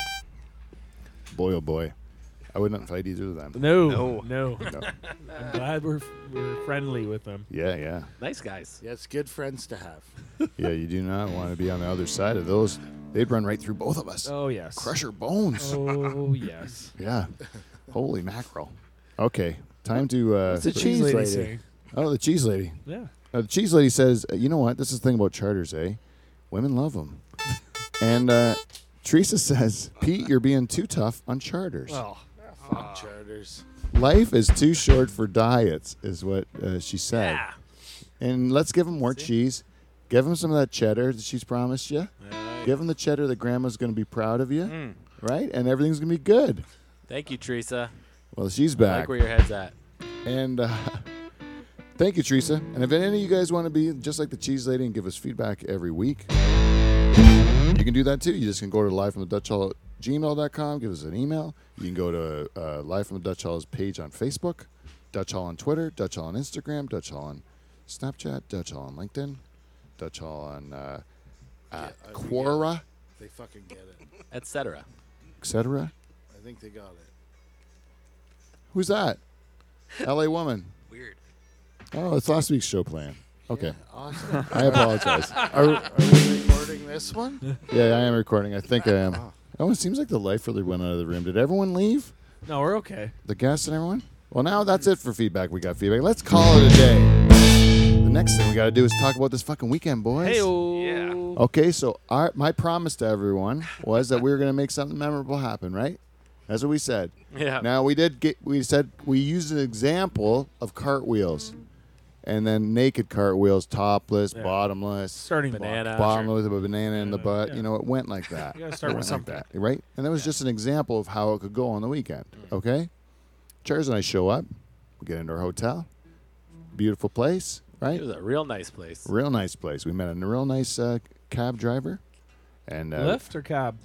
A: Boy, oh boy. I wouldn't fight either of them.
H: No,
C: No.
H: no.
A: No.
H: I'm glad we're we're friendly with them.
A: Yeah, yeah.
B: Nice guys.
F: Yeah, it's good friends to have.
A: Yeah, you do not want to be on the other side of those. They'd run right through both of us.
H: Oh yes.
A: Crush our bones.
H: Oh yes.
A: Yeah. Holy mackerel. Okay. Time to. Uh,
F: It's a cheese lady.
A: oh, the cheese lady.
H: Yeah.
A: Uh, the cheese lady says, uh, you know what? This is the thing about charters, eh? Women love them. and uh, Teresa says, Pete, you're being too tough on charters.
H: Well,
F: Fuck charters.
A: Life is too short for diets, is what uh, she said. And let's give them more cheese. Give them some of that cheddar that she's promised you. Give them the cheddar that grandma's going to be proud of you,
B: Mm.
A: right? And everything's going to be good.
B: Thank you, Teresa.
A: Well, she's
B: I
A: back.
B: like where your head's at.
A: And uh, thank you, Teresa. And if any of you guys want to be just like the cheese lady and give us feedback every week, you can do that too. You just can go to live from the Dutch Hall gmail.com, give us an email. You can go to uh, live from the Dutch Hall's page on Facebook, Dutch Hall on Twitter, Dutch Hall on Instagram, Dutch Hall on Snapchat, Dutch Hall on LinkedIn, Dutch Hall on uh, uh, Quora,
F: They fucking get it.
B: Etc.
A: etc.
F: I think they got it.
A: Who's that? LA woman.
C: Weird.
A: Oh, it's last week's show plan. Okay.
F: Awesome.
A: I apologize.
F: Are we recording this one?
A: Yeah, I am recording. I think I am. Oh, it seems like the life really went out of the room. Did everyone leave?
H: no, we're okay.
A: The guests and everyone? Well, now that's it for feedback. We got feedback. Let's call it a day. The next thing we got to do is talk about this fucking weekend, boys.
C: Yeah.
A: Okay, so our, my promise to everyone was that we were going to make something memorable happen, right? That's what we said.
B: Yeah.
A: Now we did get. We said we used an example of cartwheels, and then naked cartwheels, topless,
H: Yeah.
A: bottomless,
H: Starting
B: Banana.
A: bottomless with a banana in the butt.
H: yeah.
A: You know, it went like that.
H: You gotta start
A: It went like
H: with something.
A: that, right? And that was just an example of how it could go on the weekend.
H: Mm.
A: Okay, Charles and I show up. We get into our hotel. Beautiful place, right?
B: It was a real nice place.
A: Real nice place. We met a real nice uh, cab driver, and uh,
H: Lift or cab?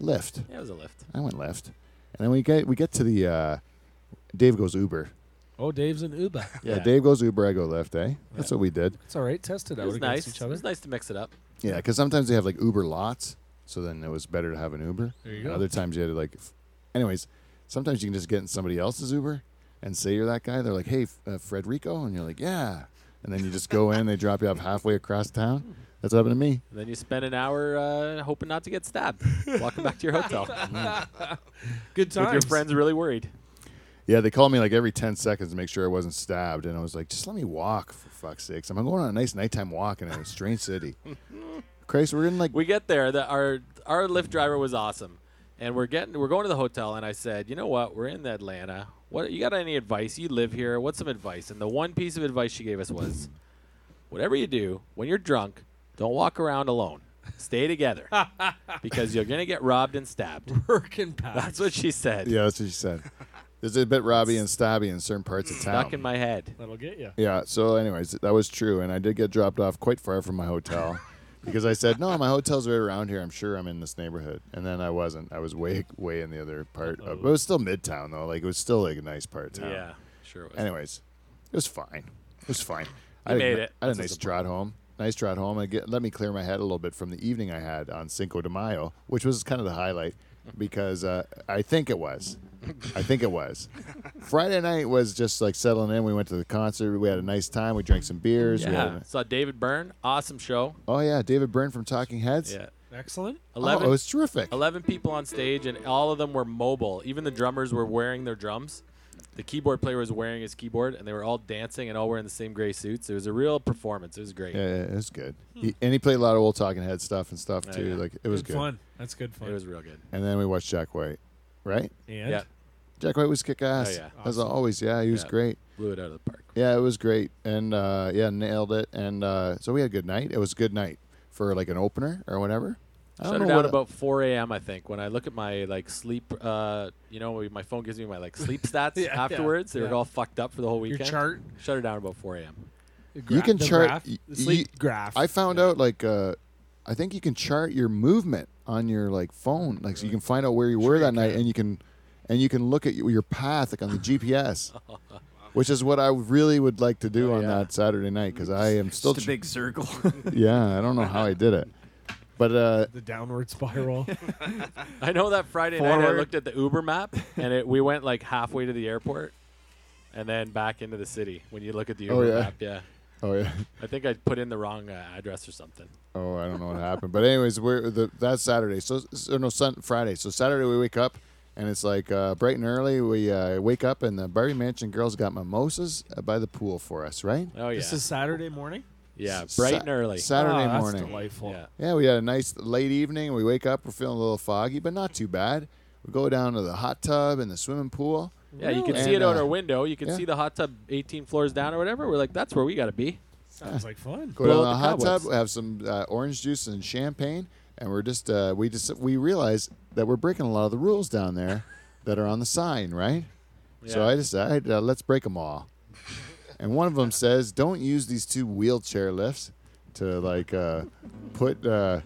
A: Lyft.
B: Yeah, it was a lift.
A: I went left, and then we get we get to the. Uh, Dave goes Uber.
H: Oh, Dave's an Uber.
A: Yeah, Dave goes Uber, I go left, eh? That's what we did.
H: It's all right. Test it
B: It
H: out
B: was
H: against
B: nice.
H: each
B: It
H: other.
B: was nice to mix it up.
A: Yeah, because sometimes they have like Uber lots, so then it was better to have an Uber.
H: There you
A: And
H: go.
A: Other times you had to like, f- anyways, sometimes you can just get in somebody else's Uber and say you're that guy. They're like, hey, F- uh, Frederico, and you're like, yeah, and then you just go in, they drop you off halfway across town. That's what happened to me.
B: And then you spend an hour uh, hoping not to get stabbed. Walking back to your hotel.
H: Good
B: With
H: times.
B: your friends really worried.
A: Yeah, they called me like every 10 seconds to make sure I wasn't stabbed. And I was like, just let me walk, for fuck's sakes. I'm going on a nice nighttime walk in a strange city. Christ, we're in like,
B: we get there. The, our our Lyft driver was awesome, and we're getting we're going to the hotel. And I said, you know what? We're in Atlanta. What you got? Any advice? You live here. What's some advice? And the one piece of advice she gave us was, whatever you do when you're drunk, don't walk around alone. Stay together because you're gonna get robbed and stabbed.
H: Working pals.
B: That's what she said.
A: yeah, that's what she said. There's a bit Robbie and Stabby in certain parts of town.
B: Stuck in my head.
H: That'll get you.
A: Yeah. So, anyways, that was true, and I did get dropped off quite far from my hotel because I said, "No, my hotel's right around here. I'm sure I'm in this neighborhood." And then I wasn't. I was way, way in the other part. Of, it was still midtown though. Like it was still like a nice part of town.
B: Yeah, sure. It was.
A: Anyways, it was fine. It was fine. I had
B: You
A: a-
B: made it.
A: I had
B: That's
A: a nice
B: what's
A: trot home. Nice trot home. I get, let me clear my head a little bit from the evening I had on Cinco de Mayo, which was kind of the highlight because uh, I think it was. I think it was. Friday night was just like settling in. We went to the concert. We had a nice time. We drank some beers. We had
B: Yeah.
A: a-
B: Saw David Byrne. Awesome show.
A: oh, yeah. David Byrne from Talking Heads.
B: Yeah.
H: Excellent.
A: Oh,
B: 11,
A: it was terrific.
B: 11 people on stage and all of them were mobile even the drummers were wearing their drums the keyboard player was wearing his keyboard and they were all dancing and all wearing the same gray suits it was a real performance it was great
A: Yeah, yeah, it was good. He, and he played a lot of old Talking Head stuff and stuff,
B: Hmm. Oh, Yeah,
A: too.
B: yeah.
A: Like, it was
H: good,
A: good.
H: fun. That's good fun.
B: it was real good
A: And then we watched Jack White, right?
H: and
B: yeah
A: Jack White was kick ass.
B: Oh, yeah.
A: As always, yeah, he was
B: Yeah.
A: great.
B: blew it out of the park
A: Yeah, it was great. And uh, yeah, nailed it. And uh, so we had a good night. It was a good night for like an opener or whatever. I
B: shut
A: know
B: it down
A: what-
B: about 4 a.m i think when i look at my like sleep uh, you know my phone gives me my like sleep stats
H: Yeah, yeah,
B: afterwards they
H: yeah.
B: were all fucked up for the whole
H: your
B: weekend
H: chart.
B: shut it down about 4 a.m
H: the
A: You
H: gra-
A: can
H: the
A: chart-
H: graph,
A: y-
H: the sleep
A: you-
H: graph.
A: I found out like uh, I think you can chart your movement on your like phone, like so you can find out where you were that night, and you can, and you can look at your your path like on the GPS, which is what I really would like to do
I: Oh,
A: on
I: yeah.
A: that Saturday night because I am still,
I: Just
A: tr-
I: a big circle.
A: yeah, I don't know how I did it, but uh,
H: The downward
B: Oh,
H: spiral.
B: I know that Friday night I
I: Forward.
B: looked at the Uber map and it, we went like halfway to the airport and then back into the city. When you look at the Uber
A: Oh, yeah.
B: map, yeah,
A: oh yeah.
B: I think I put in the wrong uh, address or something.
A: Oh, I don't know what happened, but anyways, we're the that's Saturday. So, so no, sun, Friday. So Saturday we wake up, and it's like uh, bright and early. We uh, wake up, and the Barry Mansion girls got mimosas by the pool for us, right?
B: Oh yeah,
H: This is Saturday morning.
B: yeah, bright
A: Sa-
B: and early. Ah,
A: Saturday
H: Oh, that's
A: morning.
H: delightful.
B: Yeah.
A: Yeah, we had a nice late evening. We wake up, we're feeling a little foggy, but not too bad. We go down to the hot tub and the swimming pool.
B: Yeah, you can
A: Really?
B: see it
A: And,
B: out
A: uh,
B: our window. You can
A: yeah.
B: see the hot tub 18 floors down or whatever. We're like, that's where we got to be.
H: Sounds like fun.
A: Go
B: Blow
A: down to the
B: out the
A: hot
B: cobwebs.
A: tub, have some uh, orange juice and champagne, and we're just uh, we just we realize that we're breaking a lot of the rules down there that are on the sign, right? So
B: Yeah.
A: I decided uh, let's break them all. and one of them says, "Don't use these two wheelchair lifts to like uh, put uh,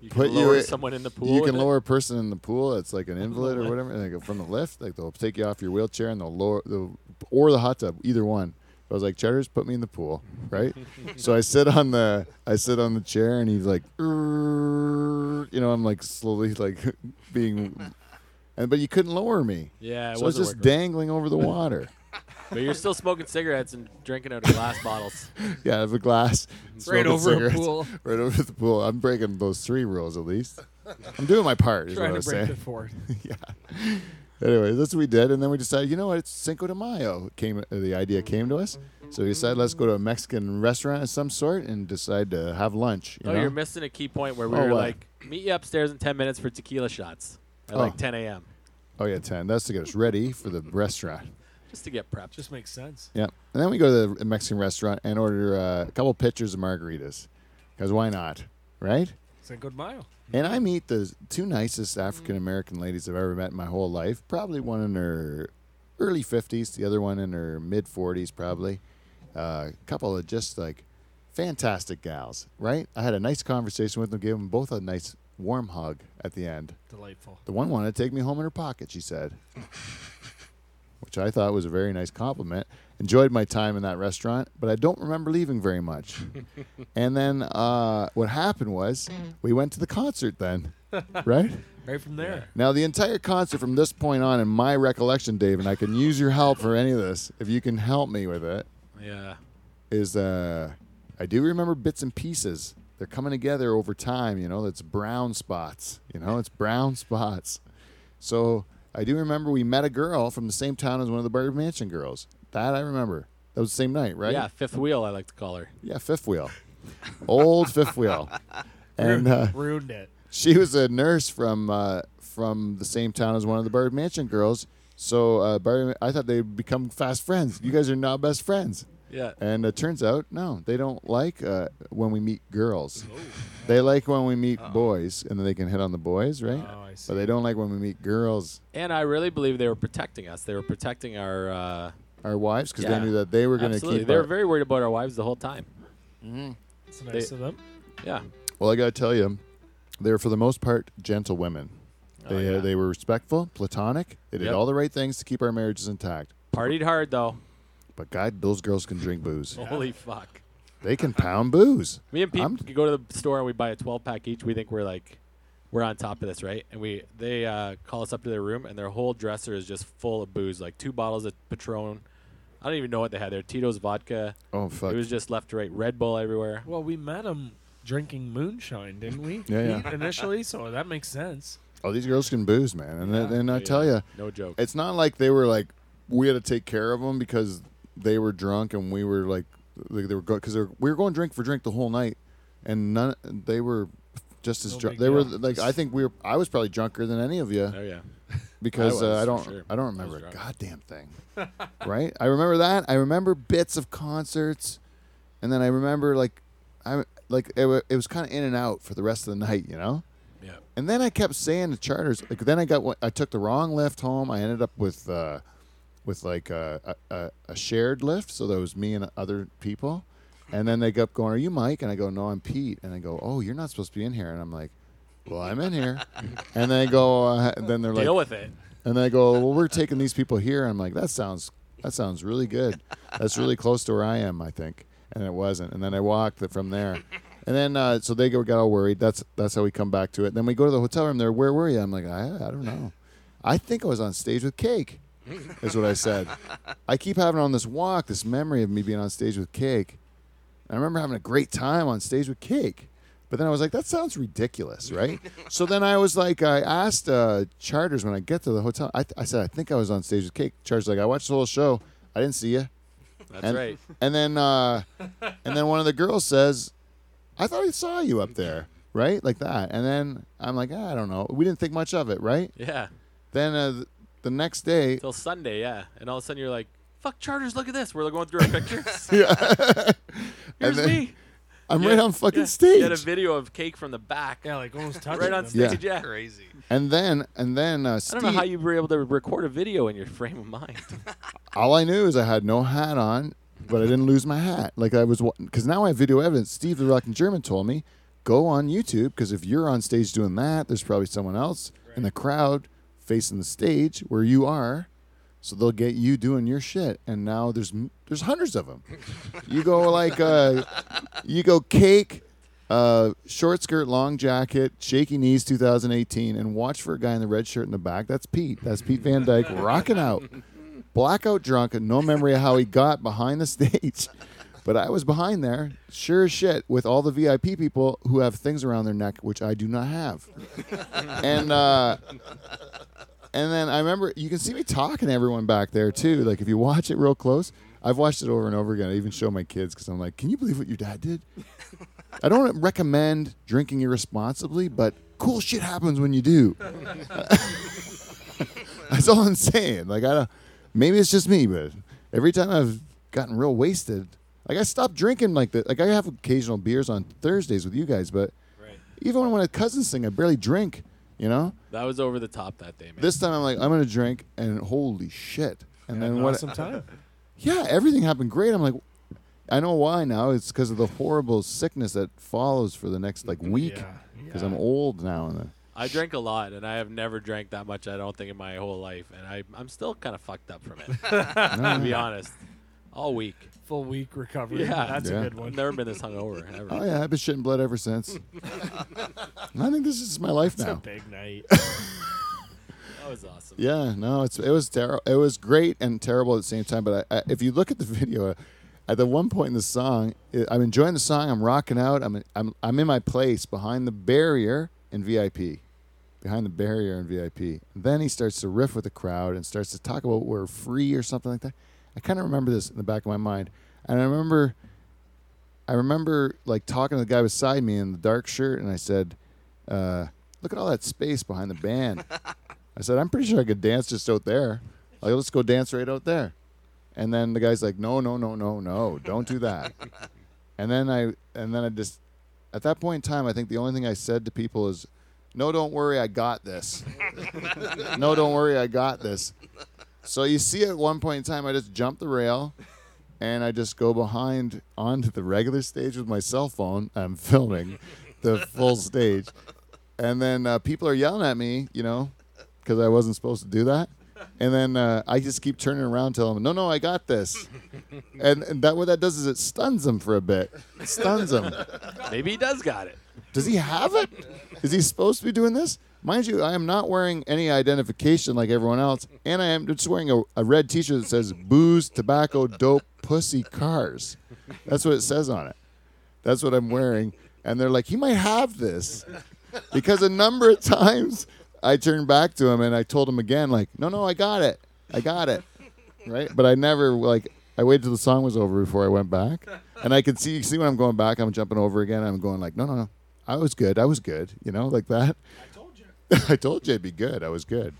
B: You
A: Put
B: can
A: you
B: lower
A: in-
B: someone in the pool.
A: you
B: with
A: can
B: it.
A: lower a person in the pool that's like an invalid or whatever like uh, from the lift. Like they'll take you off your wheelchair and they'll lower the or the hot tub, either one. I was like, Cheddar's put me in the pool, right? so I sit on the I sit on the chair and he's like, "Err," you know, I'm like slowly like being, and but you couldn't lower me,
B: Yeah, it
A: so I was
B: wasn't
A: just
B: working.
A: dangling over the water.
B: But you're still smoking cigarettes and drinking out of glass bottles.
A: yeah, I have a glass,
I: right
A: smoking
I: over
A: cigarettes,
I: a pool.
A: right over the pool. I'm breaking those three rules at least. I'm doing my part. Is what I
H: Trying to
A: was
H: break
A: saying.
H: the fourth.
A: Anyway, that's what we did, and then we decided, you know what? It's Cinco de Mayo. Came uh, the idea came to us, so we decided let's go to a Mexican restaurant of some sort and decide to have lunch. You
B: oh,
A: know?
B: you're missing a key point where we
A: Oh,
B: were
A: what?
B: like, meet you upstairs in 10 minutes for tequila shots at
A: Oh.
B: like 10 a.m.
A: oh yeah, ten. That's to get us ready for the restaurant.
B: just to get prepped.
H: Just makes sense.
A: Yeah, and then we go to the Mexican restaurant and order uh, a couple pitchers of margaritas, because why not, right?
H: Cinco de Mayo.
A: And I meet the two nicest African American ladies I've ever met in my whole life. Probably one in her early 50s, the other one in her mid 40s, probably. A couple of just like fantastic gals, right? I had a nice conversation with them, gave them both a nice warm hug at the end.
H: Delightful.
A: The one wanted to take me home in her pocket, she said, which I thought was a very nice compliment. Enjoyed my time in that restaurant, but I don't remember leaving very much. and then uh, what happened was we went to the concert then, right?
H: Right from there.
A: Now, the entire concert from this point on, in my recollection, Dave, and I can use your help for any of this if you can help me with it,
B: Yeah.
A: is uh, I do remember bits and pieces. They're coming together over time, you know. That's brown spots, you know. It's brown spots. So I do remember we met a girl from the same town as one of the Bird Mansion girls. That I remember. That was the same night, right?
B: Yeah, fifth wheel, I like to call her.
A: Yeah, fifth wheel, old fifth wheel, and uh,
H: Ruined it.
A: she was a nurse from uh, from the same town as one of the Bird Mansion girls. So uh, Barry, I thought they'd become fast friends. You guys are now best friends.
B: Yeah.
A: And it turns out, no, they don't like uh, when we meet girls. They like when we meet boys, and then they can hit on the boys, right?
H: Oh, I
A: But
H: see.
A: they don't like when we meet girls,
B: And I really believe they were protecting us. They were protecting our. Uh,
A: our wives, because
B: Yeah.
A: they knew that they were going to
B: absolutely.
A: keep.
B: they were
A: Our,
B: very worried about our wives the whole time.
H: It's nice of them.
B: Yeah.
A: well, I got to tell you, they were for the most part gentle women.
B: Oh,
A: They uh,
B: yeah.
A: they were respectful, platonic. They did
B: Yep.
A: all the right things to keep our marriages intact.
B: Partied hard, though.
A: But God, those girls can drink booze.
B: Holy fuck.
A: They can pound booze.
B: Me and Pete
A: I'm-
B: could go to the store and we buy a 12 pack each. We think we're like, we're on top of this, right? And we they uh, call us up to their room and their whole dresser is just full of booze, like two bottles of Patron. I don't even know what they had there. Tito's vodka.
A: Oh fuck.
B: It was just left to right. Red Bull everywhere.
H: Well, we met him drinking moonshine, didn't we?
A: Yeah, yeah.
H: Initially, so that makes sense.
A: oh, these girls can booze, man. And then and I
B: Yeah.
A: tell you,
B: No joke.
A: it's not like they were like we had to take care of them because they were drunk and we were like like, they were because we were going drink for drink the whole night, and none they were just as
H: No
A: drunk.
H: big
A: They were
H: deal.
A: like I think we were I was probably drunker than any of you.
B: oh, yeah.
A: because
B: I
A: I, uh,
B: was,
A: I
B: for
A: don't
B: sure.
A: I don't
B: was
A: remember a
B: drunk.
A: goddamn thing. right? I remember that. I remember bits of concerts, and then I remember like I like it, wa- it was kind of in and out for the rest of the night, you know.
B: Yeah.
A: And then I kept saying to charters, like then I got one- I took the wrong lift home. I ended up with uh, with like a, a, a shared lift, so that was me and other people. And then they kept going, "Are you Mike?" And I go, "No, I'm Pete." And they go, "Oh, you're not supposed to be in here." And I'm like, "Well, I'm in here." and they go, uh, then they're like,
B: Deal with it.
A: and I go, well, we're taking these people here. I'm like, that sounds that sounds really good. That's really close to where I am, I think. And it wasn't. And then I walked it from there. And then uh, so they go, got all worried. That's that's how we come back to it. then we go to the hotel room. They're where were you? I'm like, I, I don't know. I think I was on stage with Cake. Is what I said. I keep having on this walk this memory of me being on stage with Cake. I remember having a great time on stage with Cake. But then I was like, that sounds ridiculous, right? so then I was like, I asked uh, Charters when I get to the hotel. I, I said, I think I was on stage with Cake. Charters like, I watched the whole show. I didn't see you.
B: That's
A: And,
B: right.
A: And then, uh, and then one of the girls says, I thought I saw you up there, right? Like that. And then I'm like, "Ah, I don't know. We didn't think much of it, right?
B: Yeah.
A: Then uh, th- the next day,
B: Till Sunday, yeah. And all of a sudden you're like, fuck charters, look at this. We're going through our pictures.
A: and
B: Here's
A: then
B: me.
A: I'm
B: Yeah,
A: right on fucking
B: yeah.
A: stage.
B: You had a video of cake from the back.
H: Yeah, like almost touching
B: Right on
H: them.
A: Yeah.
B: stage, yeah.
C: Crazy.
A: and then, and then, uh,
B: I
A: Steve,
B: don't know how you were able to record a video in your frame of mind.
A: all I knew is I had no hat on, but I didn't lose my hat. Like I was, because now I have video evidence. Steve the Rockin' German told me, go on YouTube because if you're on stage doing that, there's probably someone else in the crowd facing the stage where you are, so they'll get you doing your shit. And now there's m- there's hundreds of them. you go like, uh, you go cake. Uh, short skirt, long jacket, shaky knees, 2018, and watch for a guy in the red shirt in the back. That's Pete. That's Pete Van Dyke rocking out blackout drunk and no memory of how he got behind the stage. But I was behind there, sure as shit, with all the VIP people who have things around their neck, which I do not have. and uh, and then I remember you can see me talking to everyone back there too. Like if you watch it real close, I've watched it over and over again. I even show my kids because I'm like, can you believe what your dad did? I don't recommend drinking irresponsibly, but cool shit happens when you do. That's all I'm saying. Like I don't. Maybe it's just me, but every time I've gotten real wasted, like I stopped drinking like that. Like I have occasional beers on Thursdays with you guys, but
H: Right.
A: even when I cousins sing, I barely drink. You know.
B: that was over the top that day, man.
A: This time I'm like, I'm gonna drink, and holy shit! And then what?
H: Awesome time.
A: Yeah, everything happened great. I'm like, I know why now. It's because of the horrible sickness that follows for the next like week.
H: Yeah,
A: Because I'm old now, and then
B: I drank a lot, and I have never drank that much. I don't think in my whole life, and I, I'm still kind of fucked up from it. to be honest, all week.
H: Full week recovery.
B: Yeah.
H: that's
A: Yeah.
H: a good
B: I've
H: one.
B: never been this hungover ever.
A: oh yeah, I've been shitting blood ever since. I think this is my life
H: It's a
A: now.
H: big night.
B: That was awesome.
A: Yeah, no, it's it was terrible. It was great and terrible at the same time. But I, I, if you look at the video, uh, at the one point in the song, i I'm enjoying the song. I'm rocking out. I'm I'm I'm in my place behind the barrier in VIP, behind the barrier in VIP. Then he starts to riff with the crowd and starts to talk about we're free or something like that. I kind of remember this in the back of my mind, and I remember. I remember like talking to the guy beside me in the dark shirt, and I said, uh, "Look at all that space behind the band." I said, "I'm pretty sure I could dance just out there. Like, let's go dance right out there." And then the guy's like, "No, no, no, no, no, don't do that." and then I, and then I just, at that point in time, I think the only thing I said to people is, "No, don't worry, I got this." no, don't worry, I got this. So you see, at one point in time, I just jump the rail and I just go behind onto the regular stage with my cell phone. I'm filming the full stage, and then uh, people are yelling at me, you know, because I wasn't supposed to do that. And then uh, I just keep turning around, telling them, "No, no, I got this." and, and that what that does is it stuns them for a bit. It stuns them.
B: Maybe he does got it.
A: Does he have it? Is he supposed to be doing this? Mind you, I am not wearing any identification like everyone else, and I am just wearing a, a red T-shirt that says "Booze, Tobacco, Dope, Pussy, Cars." That's what it says on it. That's what I'm wearing, and they're like, "He might have this," because a number of times I turned back to him and I told him again, like, "No, no, I got it, I got it," right? But I never like. I waited till the song was over before I went back, and I could see see when I'm going back, I'm jumping over again. I'm going like, "No, no, no." I was good. I was good. You know, like that. I told you it'd be good. I was good.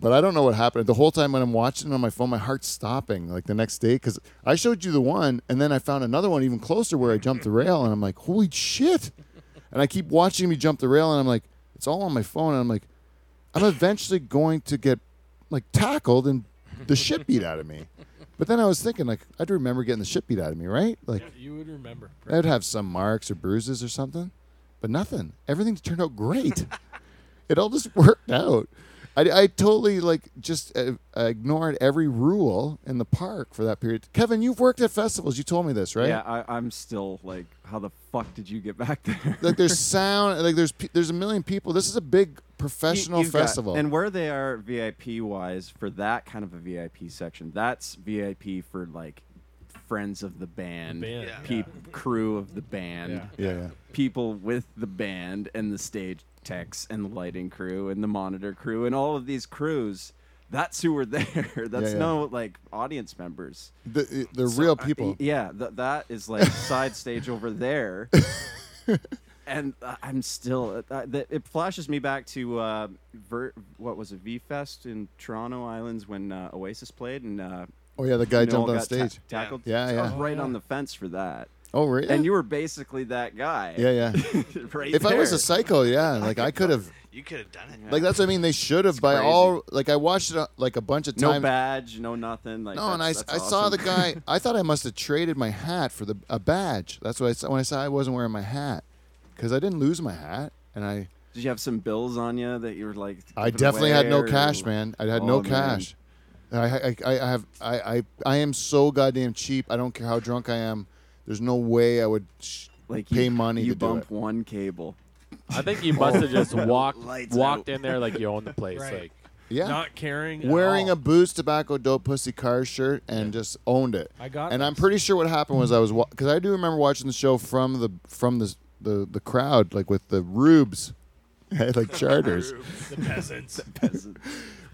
A: But I don't know what happened. The whole time when I'm watching it on my phone, my heart's stopping. Like the next day, because I showed you the one, and then I found another one even closer where I jumped the rail, and I'm like, holy shit! And I keep watching me jump the rail, and I'm like, it's all on my phone, and I'm like, I'm eventually going to get like tackled and the shit beat out of me. But then I was thinking, like, I'd remember getting the shit beat out of me, right? Like,
H: you would remember.
A: I'd have some marks or bruises or something, but nothing. Everything turned out great. it all just worked out. I, I totally like just uh, ignored every rule in the park for that period. Kevin, you've worked at festivals. You told me this, right?
I: Yeah, I, I'm still like, how the fuck did you get back there?
A: Like there's sound. Like there's pe- there's a million people. This is a big professional
I: You've got-
A: festival.
I: and where they are VIP wise for that kind of a VIP section, that's VIP for like friends of the band,
H: Band.
J: Yeah.
I: peop- crew of the band,
H: Yeah.
A: yeah, yeah.
I: people with the band and the stage techs and the lighting crew and the monitor crew and all of these crews. That's who were there. That's
A: yeah.
I: no like audience members.
A: The the real people.
I: Y- Yeah, th- that is like side stage over there. and I- I'm still. Uh, th- it flashes me back to uh, Ver- what was it V Fest in Toronto Islands when uh, Oasis played and uh,
A: oh yeah, the guy
I: Noel
A: jumped on
I: got ta-
A: stage.
I: tackled.
A: Yeah,
I: I was
A: yeah.
I: right on the fence for that.
A: oh really?
I: And you were basically that guy.
A: yeah, yeah.
I: right
A: If I was a
I: there.
A: psycho, yeah, like I could have.
J: You could have done it.
A: Like that's what I mean. They should have by
I: crazy.
A: all. Like I watched it uh, like a bunch of
I: no
A: times.
I: badge, no nothing. Like
A: No, and I,
I: that's-
A: I
I: that's
A: saw
I: awesome.
A: the guy. I thought I must have traded my hat for the a badge. That's what I saw when I saw I wasn't wearing my hat, because I didn't lose my hat, and I
I: Did you have some bills on you that you were like?
A: I
I: giving
A: definitely had no
I: away or-
A: cash, man. I had
I: Oh,
A: no
I: man.
A: cash. I, I I I have I, I I am so goddamn cheap. I don't care how drunk I am. Thethe's no way I would sh-
I: Like you-
A: pay money
I: You
A: to do it.
I: bump one cable.
K: I think you must have just walked
I: Lights
K: walked
I: out.
K: in there like you own the place.
G: Right.
K: Like
A: Yeah,
H: Not caring. at
A: wearing
H: all.
A: a booze, tobacco, dope, pussy, car shirt, and just owned it.
H: I got
A: and I'm
H: this.
A: pretty sure what happened was I was because I do remember watching the show from the from the the, the crowd like with the rubes, like charters.
I: peasant.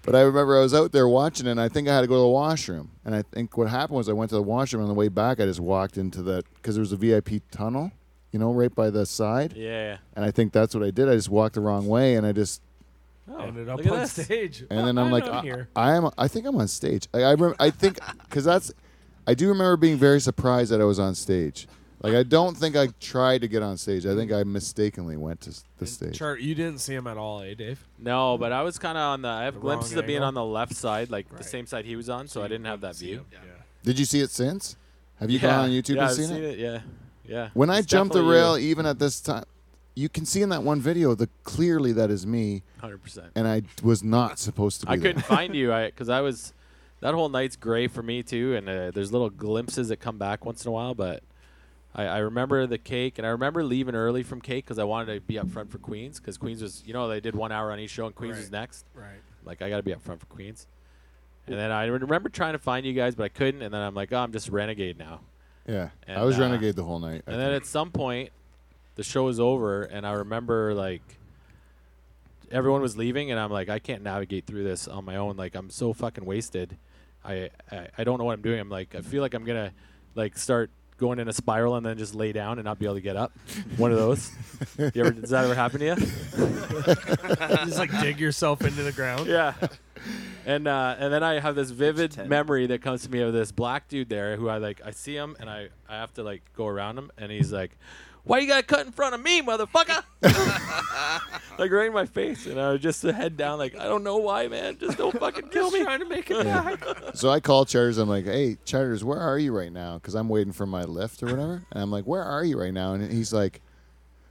A: But I remember I was out there watching, it, and I think I had to go to the washroom. And I think what happened was I went to the washroom on the way back. I just walked into that because there was a VIP tunnel, you know, right by the side.
K: yeah.
A: And I think that's what I did. I just walked the wrong way, and I just
H: Oh,
K: Ended
H: ended
K: up
H: up
K: look at
H: on
K: this.
H: stage.
A: and then I'm, like, uh,
H: on
A: I,
H: here.
A: I am. I think I'm on stage. Like, I rem- I think because that's. I do remember being very surprised that I was on stage. Like I don't think I tried to get on stage. I think I mistakenly went to s- the stage.
H: Chart, you didn't see him at all, eh, Dave?
K: No, but I was kind of on the. I have
H: The
K: glimpses
H: wrong
K: of being
H: angle.
K: on the left side, like the
H: Right.
K: same side he was on, so I didn't have that view.
J: Yeah.
A: Did you see it since? Have you
K: yeah.
A: gone on YouTube
K: yeah,
A: and
K: I've
A: seen,
K: seen
A: it?
K: it? Yeah, yeah.
A: When I
K: It's
A: jumped the
K: definitely
A: rail, even at this time, you can see in that one video that clearly that is me,
K: you, 100%.
A: and I was not supposed to be.
K: I
A: there.
K: couldn't find you I because I was that whole night's gray for me too, and uh, there's little glimpses that come back once in a while. But I, I remember the cake, and I remember leaving early from cake because I wanted to be up front for Queens because Queens was you know they did one hour on each show and Queens was
H: Right.
K: next.
H: Right.
K: Like I got to be up front for Queens. And then I remember trying to find you guys, but I couldn't. And then I'm like, oh, I'm just renegade now.
A: Yeah,
K: And,
A: I was
K: uh,
A: renegade the whole night. I
K: And then
A: think.
K: at some point, the show was over, and I remember like everyone was leaving, and I'm like, I can't navigate through this on my own. Like I'm so fucking wasted. I I, I don't know what I'm doing. I'm like I feel like I'm gonna like start going in a spiral and then just lay down and not be able to get up. One of those. you ever does that ever happen to you?
H: just like dig yourself into the ground.
K: yeah. And uh, and then I have this vivid
I: ten.
K: memory that comes to me of this black dude there who I like I see him and I, I have to like go around him and he's like, Why you gotta cut in front of me, motherfucker? like right in my face and I was just head down like, I don't know why, man, just don't fucking kill me.
H: Trying to make it back.
A: so I called Charters. I'm like, "Hey, Charters, where are you right now?" Because I'm waiting for my lift or whatever. And I'm like, "Where are you right now?" And he's like,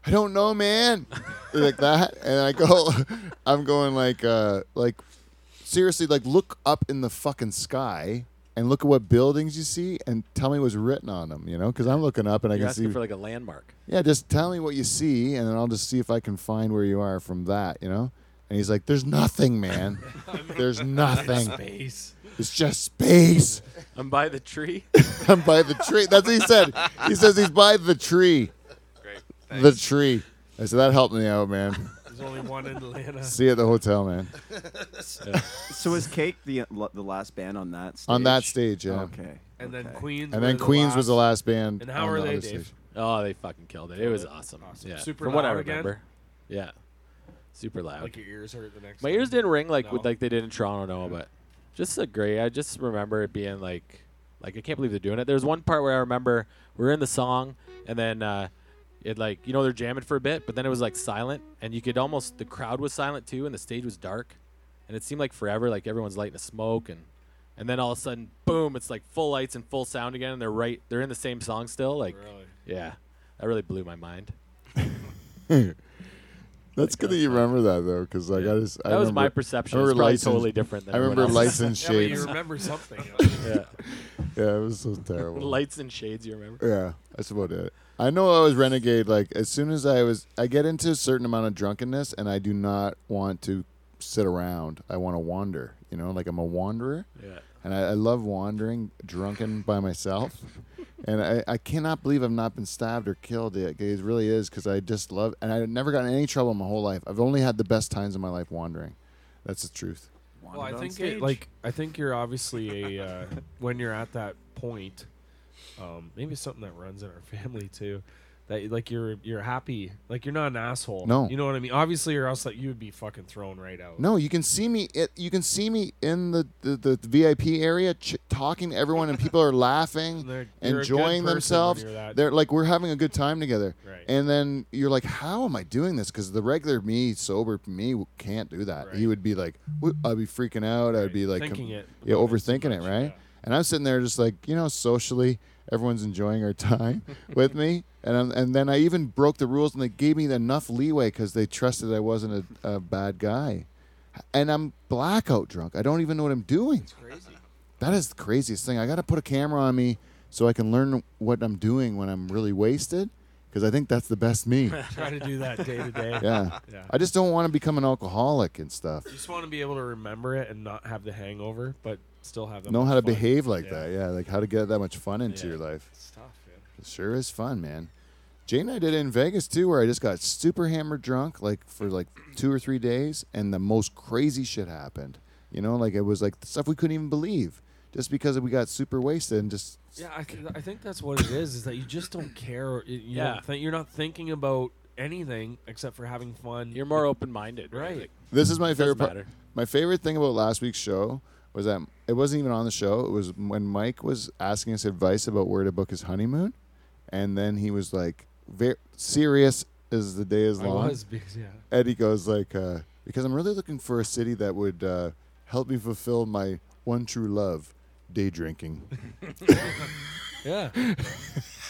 A: "I don't know, man." like that, and I go, I'm going like, uh, like seriously, like look up in the fucking sky and look at what buildings you see and tell me what's written on them. You know, because I'm looking up and I
K: You're
A: can see
K: asking for like a landmark.
A: yeah, just tell me what you see, and then I'll just see if I can find where you are from that, you know? And he's like, there's nothing, man. There's nothing.
H: Space.
A: It's just space.
K: I'm by the tree.
A: I'm by the tree. That's what he said. He says he's by the tree.
J: Great.
A: The tree. I said, that helped me out, man.
H: There's only one in Atlanta.
A: See you at the hotel, man.
I: So was Cake the the last band on that stage?
A: On that stage, yeah.
I: Okay.
H: And then
I: okay.
H: Queens.
A: And then Queens was the last band.
H: And how
A: on
H: were
A: the
H: they,
A: other
H: Dave?
A: stage.
K: Oh, they fucking killed it. It was awesome.
H: Awesome.
K: Yeah.
H: Super
K: From what I
H: loud again?
K: remember. Yeah. Super loud.
H: Like your ears hurt the next.
K: My
H: day.
K: ears didn't ring like
H: No.
K: like they did in Toronto, no, but just a great. I just remember it being like, like I can't believe they're doing it. There's one part where I remember we're in the song, and then uh, it like you know they're jamming for a bit, but then it was like silent, and you could almost the crowd was silent too, and the stage was dark, and it seemed like forever. Like everyone's lighting a smoke, and
B: and then all of a sudden, boom! It's like full lights and full sound again, and they're right. They're in the same song still. Like,
H: Really?
B: yeah, that really blew my mind.
A: That's good that you remember that though, because like I just I
B: That was
A: remember-
B: my perception.
A: I
B: It's
A: remember
B: probably
A: license-
B: totally different than
A: I remember
B: everyone
A: lights and
B: else's.
H: Yeah, but you
A: shades.
H: remember something.
A: Yeah, it was so terrible.
B: lights and shades. You remember?
A: Yeah, that's about it. I know I was renegade. Like as soon as I was, I get into a certain amount of drunkenness, and I do not want to sit around. I want to wander. You know, like I'm a wanderer,
B: Yeah.
A: and I, I love wandering, drunken by myself. And I, I cannot believe I've not been stabbed or killed yet. It really is because I just love, and I never got in any trouble in my whole life. I've only had the best times in my life wandering. That's the truth.
H: Well, I
I: Wanted on
H: think
I: stage.
H: it, like I think you're obviously a uh, when you're at that point, um, maybe it's something that runs in our family too. That like you're you're happy, like you're not an asshole.
A: No.
H: you know what I mean. Obviously, or else like you would be fucking thrown right out.
A: No, you can see me. It, you can see me in the, the, the VIP area ch- talking to everyone, and people are laughing,
H: And they're- you're a good person
A: enjoying
H: when
A: themselves.
H: you're that-
A: They're like we're having a good time together.
H: Right.
A: And then you're like, "How am I doing this?" Because the regular me, sober me, w- can't do that. He
H: Right.
A: would be like, "Wh- "I'd be freaking out. I'd
H: Right.
A: be like,
H: Thinking it.
A: yeah,
H: about so
A: overthinking it,
H: much,
A: right?"
H: yeah.
A: And I'm sitting there just like, you know, socially, everyone's enjoying our time with me. And, I'm, and then I even broke the rules and they gave me enough leeway because they trusted I wasn't a, a bad guy. And I'm blackout drunk. I don't even know what I'm doing. It's crazy. That is the craziest thing. I got to put a camera on me so I can learn what I'm doing when I'm really wasted because I think that's the best me.
H: Try to do that day to day.
A: yeah.
H: Yeah.
A: I just don't want to become an alcoholic and stuff.
H: You just want to be able to remember it and not have the hangover, but still have that
A: Know
H: much
A: how to
H: fun.
A: behave like
H: Yeah.
A: that. Yeah. Like how to get that much fun into
H: Yeah.
A: your life.
H: It's tough, yeah.
A: It sure is fun, man. Jay and I did it in Vegas too, where I just got super hammered drunk, like for like two or three days, and the most crazy shit happened. You know, like it was like stuff we couldn't even believe, just because we got super wasted and just
H: Yeah, I, th- I think that's what it is. Is that you just don't care. You yeah,
B: Yeah.
H: don't think, you're not thinking about anything except for having fun.
B: You're more open-minded,
H: right.
B: Like,
A: This is my favorite
B: doesn't
A: part.
B: matter.
A: My favorite thing about last week's show was that it wasn't even on the show. It was when Mike was asking us advice about where to book his honeymoon, and then he was like, "Very serious as the day is
H: I
A: long."
H: was because yeah.
A: Eddie goes like, uh, because I'm really looking for a city that would uh, help me fulfill my one true love, day drinking.
H: Yeah,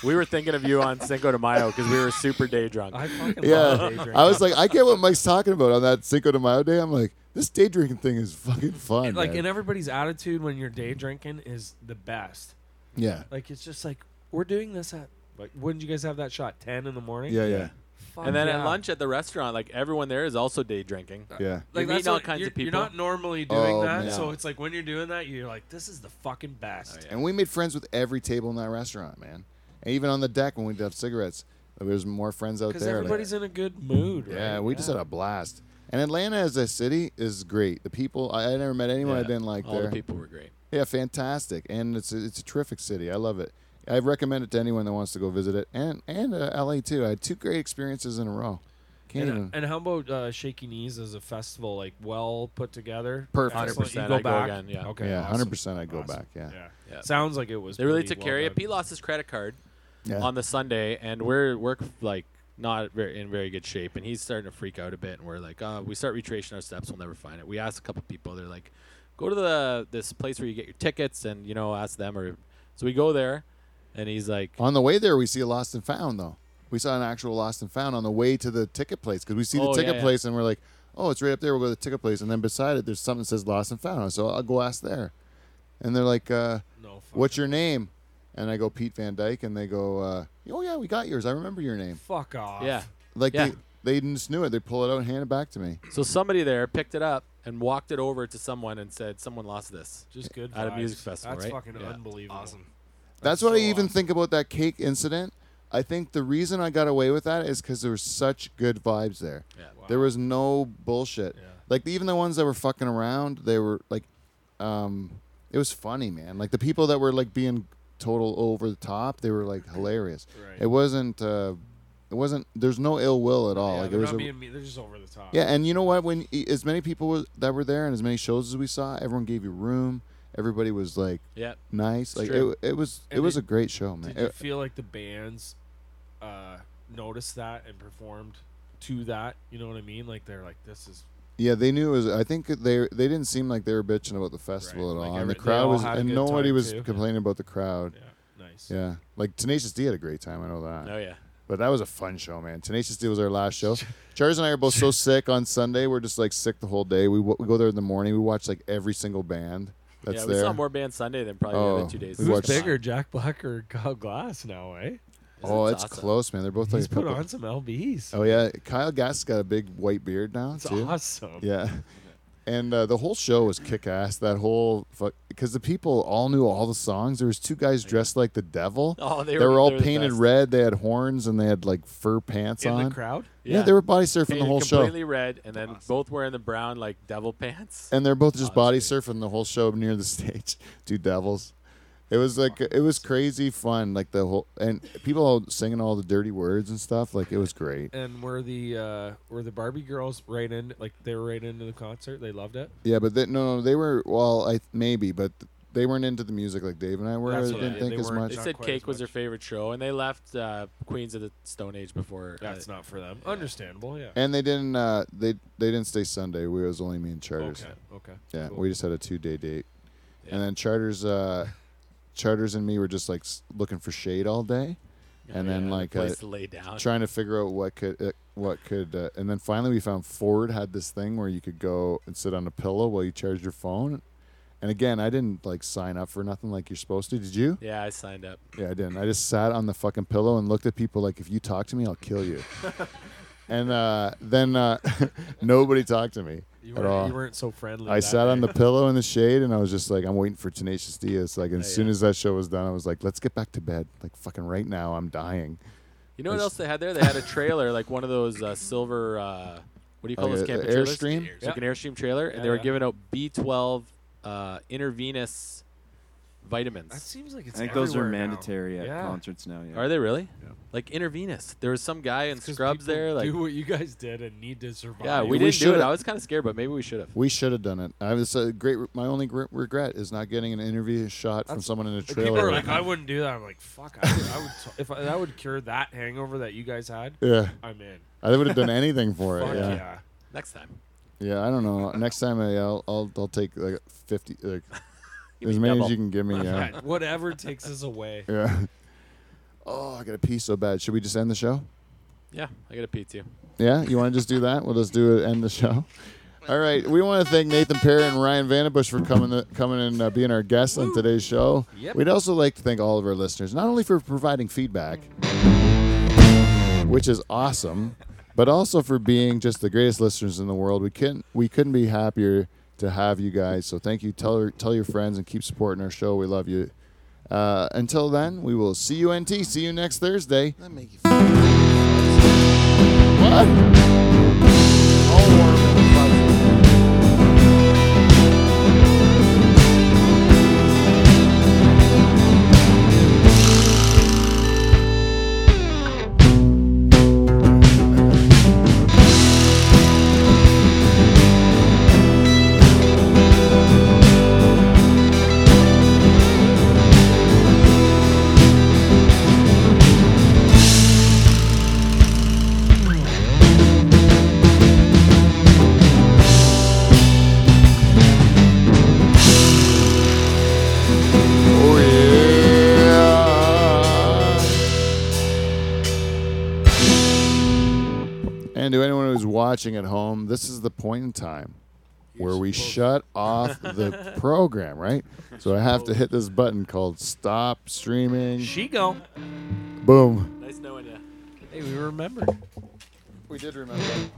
B: We were thinking of you on Cinco de Mayo because we were super day drunk.
H: I fucking love day
A: yeah,
H: drinking.
A: I was like, I get what Mike's talking about on that Cinco de Mayo day. I'm like, this day drinking thing is fucking fun.
H: And, like,
A: man.
H: and everybody's attitude when you're day drinking is the best.
A: yeah,
H: Like, it's just like we're doing this at like. Wouldn't you guys have that shot ten in the morning?
A: yeah, yeah,
H: Fuck
B: and then at
H: yeah.
B: lunch at the restaurant, like everyone there is also day drinking.
A: yeah.
B: You're meeting
H: that's
B: all
H: what-
B: kinds
H: you're,
B: of people.
H: You're not normally doing
A: Oh,
H: that,
A: man. Oh,
H: so it's like when you're doing that, you're like, "This is the fucking best."
A: And we made friends with every table in that restaurant, man. And even on the deck when we'd have cigarettes, there was more friends out
H: Because
A: there. like-
H: everybody's in a good mood.
A: Yeah,
H: right?
A: we just had a blast. And Atlanta as a city is great. The people I, I never met anyone I
B: Yeah,
A: didn't like
B: all
A: there.
B: the people were great.
A: Yeah, fantastic, and it's a, it's a terrific city. I love it. I recommend it to anyone that wants to go visit it, and and uh, LA too. I had two great experiences in a row. Can't even.
H: And, and how about uh, Shaky Knees as a festival, like well put together?
A: Perfect.
H: Excellent.
B: 100%,
H: You
B: I'd
H: go
B: go
H: back.
B: again, yeah.
H: Okay.
A: yeah,
H: awesome.
A: hundred percent. I go
H: Awesome.
A: back. Yeah.
H: Yeah.
B: Yeah.
H: Sounds like it was.
B: They really
H: pretty
B: took
H: well
B: care of you.
H: done.
B: Pete lost his credit card
A: Yeah.
B: on the Sunday, and we're we're like not very, in very good shape, and he's starting to freak out a bit, and we're like, oh, we start retracing our steps, we'll never find it. We asked a couple people, they're like, go to the this place where you get your tickets, and you know, ask them, or so we go there, and he's like,
A: On the way there, we see a lost and found though. We saw an actual lost and found on the way to the ticket place because we see the
B: Oh, yeah,
A: ticket
B: yeah.
A: place and we're like, oh, it's right up there. We'll go to the ticket place, and then beside it, there's something that says lost and found. So I'll go ask there, and they're like, uh,
H: No. Fuck
A: what's your name? And I go Pete Van Dyke, and they go, uh, oh yeah, we got yours. I remember your name.
H: Fuck off.
B: yeah.
A: Like
B: Yeah.
A: they, they just knew it. They pull it out and hand it back to me.
B: So somebody there picked it up and walked it over to someone and said, someone lost this.
H: Just good.
B: At a
H: vibes.
B: music festival,
H: That's
B: right?
H: fucking
B: Yeah.
H: unbelievable.
C: Awesome.
A: That's,
H: That's
A: what I
H: so
A: even
H: awesome.
A: think about that cake incident. I think the reason I got away with that is because there were such good vibes there.
B: Yeah. Wow.
A: There was no bullshit.
H: Yeah.
A: Like even the ones that were fucking around, they were like, um, it was funny, man. Like the people that were like being total over the top, they were like hilarious.
H: Right.
A: It wasn't. Uh, it wasn't. There's no ill will at all.
H: Yeah,
A: Oh, like it
H: they're
A: was.
H: not
A: a-
H: being me- They're just over the top.
A: Yeah, and you know what? When e- as many people was- that were there and as many shows as we saw, everyone gave you room. Everybody was like
B: Yeah.
A: nice. Like
H: true.
A: it, it was. It
H: And
A: was
H: did-
A: a great show, man. E,
H: Did you
A: It-
H: feel like the bands uh, noticed that and performed to that? You know what I mean? Like they're like, "This is
A: Yeah, they knew it was. I think they they didn't seem like they were bitching about the festival at
H: Right, like
A: all, and
H: every-
A: the
H: they
A: crowd
H: all
A: was,
H: had a
A: and
H: good
A: nobody
H: time,
A: was
H: too.
A: complaining about the crowd.
H: Yeah, nice.
A: Yeah. like Tenacious D had a great time. I know that.
B: Oh yeah.
A: But that was a fun show, man. Tenacious D was our last show. Charles and I are both so sick on Sunday. We're just like sick the whole day. We, w- we go there in the morning. We watch like every single band that's
B: yeah, we
A: there.
B: saw more bands Sunday than probably the
A: Oh,
B: other two days.
A: we
H: Who's
A: watched-
H: bigger, Jack Black or Kyle Glass now, eh?
A: oh, it's
B: awesome.
A: close, man. They're both like
H: He's
A: a
H: put
A: couple-
H: on some LBs.
A: Oh yeah, Kyle Gass got a big white beard now
H: It's
A: too.
H: awesome.
A: Yeah. And uh, the whole show was kick ass. That whole fuck, because the people all knew all the songs. There was two guys dressed like the devil.
B: Oh, they
A: they,
B: were,
A: were, all
B: the
A: painted
B: best.
A: red. They had horns and they had like fur pants
H: In
A: on.
H: the crowd,
A: Yeah. they were body surfing
B: painted
A: the whole show.
B: completely red, and then both wearing the brown like devil pants.
A: and they're both just
B: Oh,
A: body
B: that's
A: surfing the whole show near the stage. Two devils. It was like it was crazy fun. Like the whole and people all singing all the dirty words and stuff. Like it was great.
H: and were the uh, were the Barbie girls right in? Like they were right into the concert. They loved it.
A: Yeah, but they, no, no, they were well, I maybe, but they weren't into the music like Dave and I were. I
H: That's
A: didn't
H: what I-
A: think
H: they
A: as
H: weren't
A: much.
B: They
H: Not
B: said
H: quite
B: Cake
H: as
B: was their
H: much.
B: favorite show, and they left uh, Queens of the Stone Age before. uh,
H: That's not for them. Understandable. Yeah.
A: And they didn't. Uh, they they didn't stay Sunday. We it was only me and charters.
H: Okay. Okay.
A: Yeah,
H: Cool.
A: we just had a two day date,
B: Yeah.
A: and then charters. Uh, charters and me were just like s- looking for shade all day, and then like uh,
B: place to lay down.
A: trying to figure out what could uh, what could. Uh, and then finally, we found Ford had this thing where you could go and sit on a pillow while you charged your phone. And again, I didn't like sign up for nothing like you're supposed to. Did you?
B: yeah, I signed up.
A: Yeah, I didn't. I just sat on the fucking pillow and looked at people like, if you talk to me, I'll kill you. and uh, then uh, nobody talked to me
H: You
A: at
H: weren't,
A: all.
H: you weren't so friendly.
A: I
H: that eh?
A: sat on
H: day.
A: the pillow in the shade and I was just like, I'm waiting for Tenacious D. It's like, and as
B: Oh,
A: soon
B: yeah.
A: as that show was done, I was like, let's get back to bed. Like, fucking right now, I'm dying.
B: You know what
A: It's-
B: else they had there? They had a trailer, like one of those uh, silver. Uh, what do you call
A: Like
B: those
A: a-
B: camping
A: a
B: trailers?
A: Oh, Airstream?
B: It's Like an airstream trailer, and they were
H: Yeah.
B: giving out B12 uh, intravenous vitamins.
H: That seems like
I: I
H: it's.
I: think those are
H: everywhere now.
I: mandatory at
H: Yeah.
I: concerts now. Yeah.
B: Are they really?
I: Yeah.
B: Like intravenous. There was some guy in
H: 'Cause
B: scrubs
H: people
B: there. Like,
H: do what you guys did and need to survive.
B: yeah, we
A: We
B: didn't do it.
A: shoulda-
B: I was kind of scared, but maybe we should have.
A: We should have done it. I was a great. My only gr- regret is not getting an interview shot from someone in a
H: Like, people are
A: trailer.
H: like, I wouldn't do that. I'm like, fuck. I would. I would t- if I, that would cure that hangover that you guys had,
A: yeah,
H: I'm in.
A: I would have done anything for it.
H: Fuck
A: yeah.
H: yeah.
A: yeah,
B: Next time.
A: I don't know. Next time, I, I'll, I'll I'll take like fifty, like
B: Give me
A: as many
B: double.
A: as you can give me. Yeah,
H: Yeah, Whatever takes us away.
A: yeah. Oh, I gotta pee so bad. Should we just end the show?
B: Yeah, I got a pee too.
A: Yeah, you want to just do that? We'll just do it. End the show. All right. We want to thank Nathan Perry and Ryan Vandenbush for coming coming and uh, being our guests on today's show.
H: Yep.
A: We'd also like to thank all of our listeners, not only for providing feedback, which is awesome, but also for being just the greatest listeners in the world. We couldn't we couldn't be happier to have you guys. So thank you. Tell your- tell your friends and keep supporting our show. We love you. Uh, until then, we will see you NT. See you next Thursday.
F: That make you
A: What? Oh yeah. And to anyone who's watching at home, this is the point in time where we shut off the program, right? So I have to hit this button called stop streaming.
H: She go.
A: Boom.
B: Nice knowing you.
H: Hey, we remembered.
A: We did remember.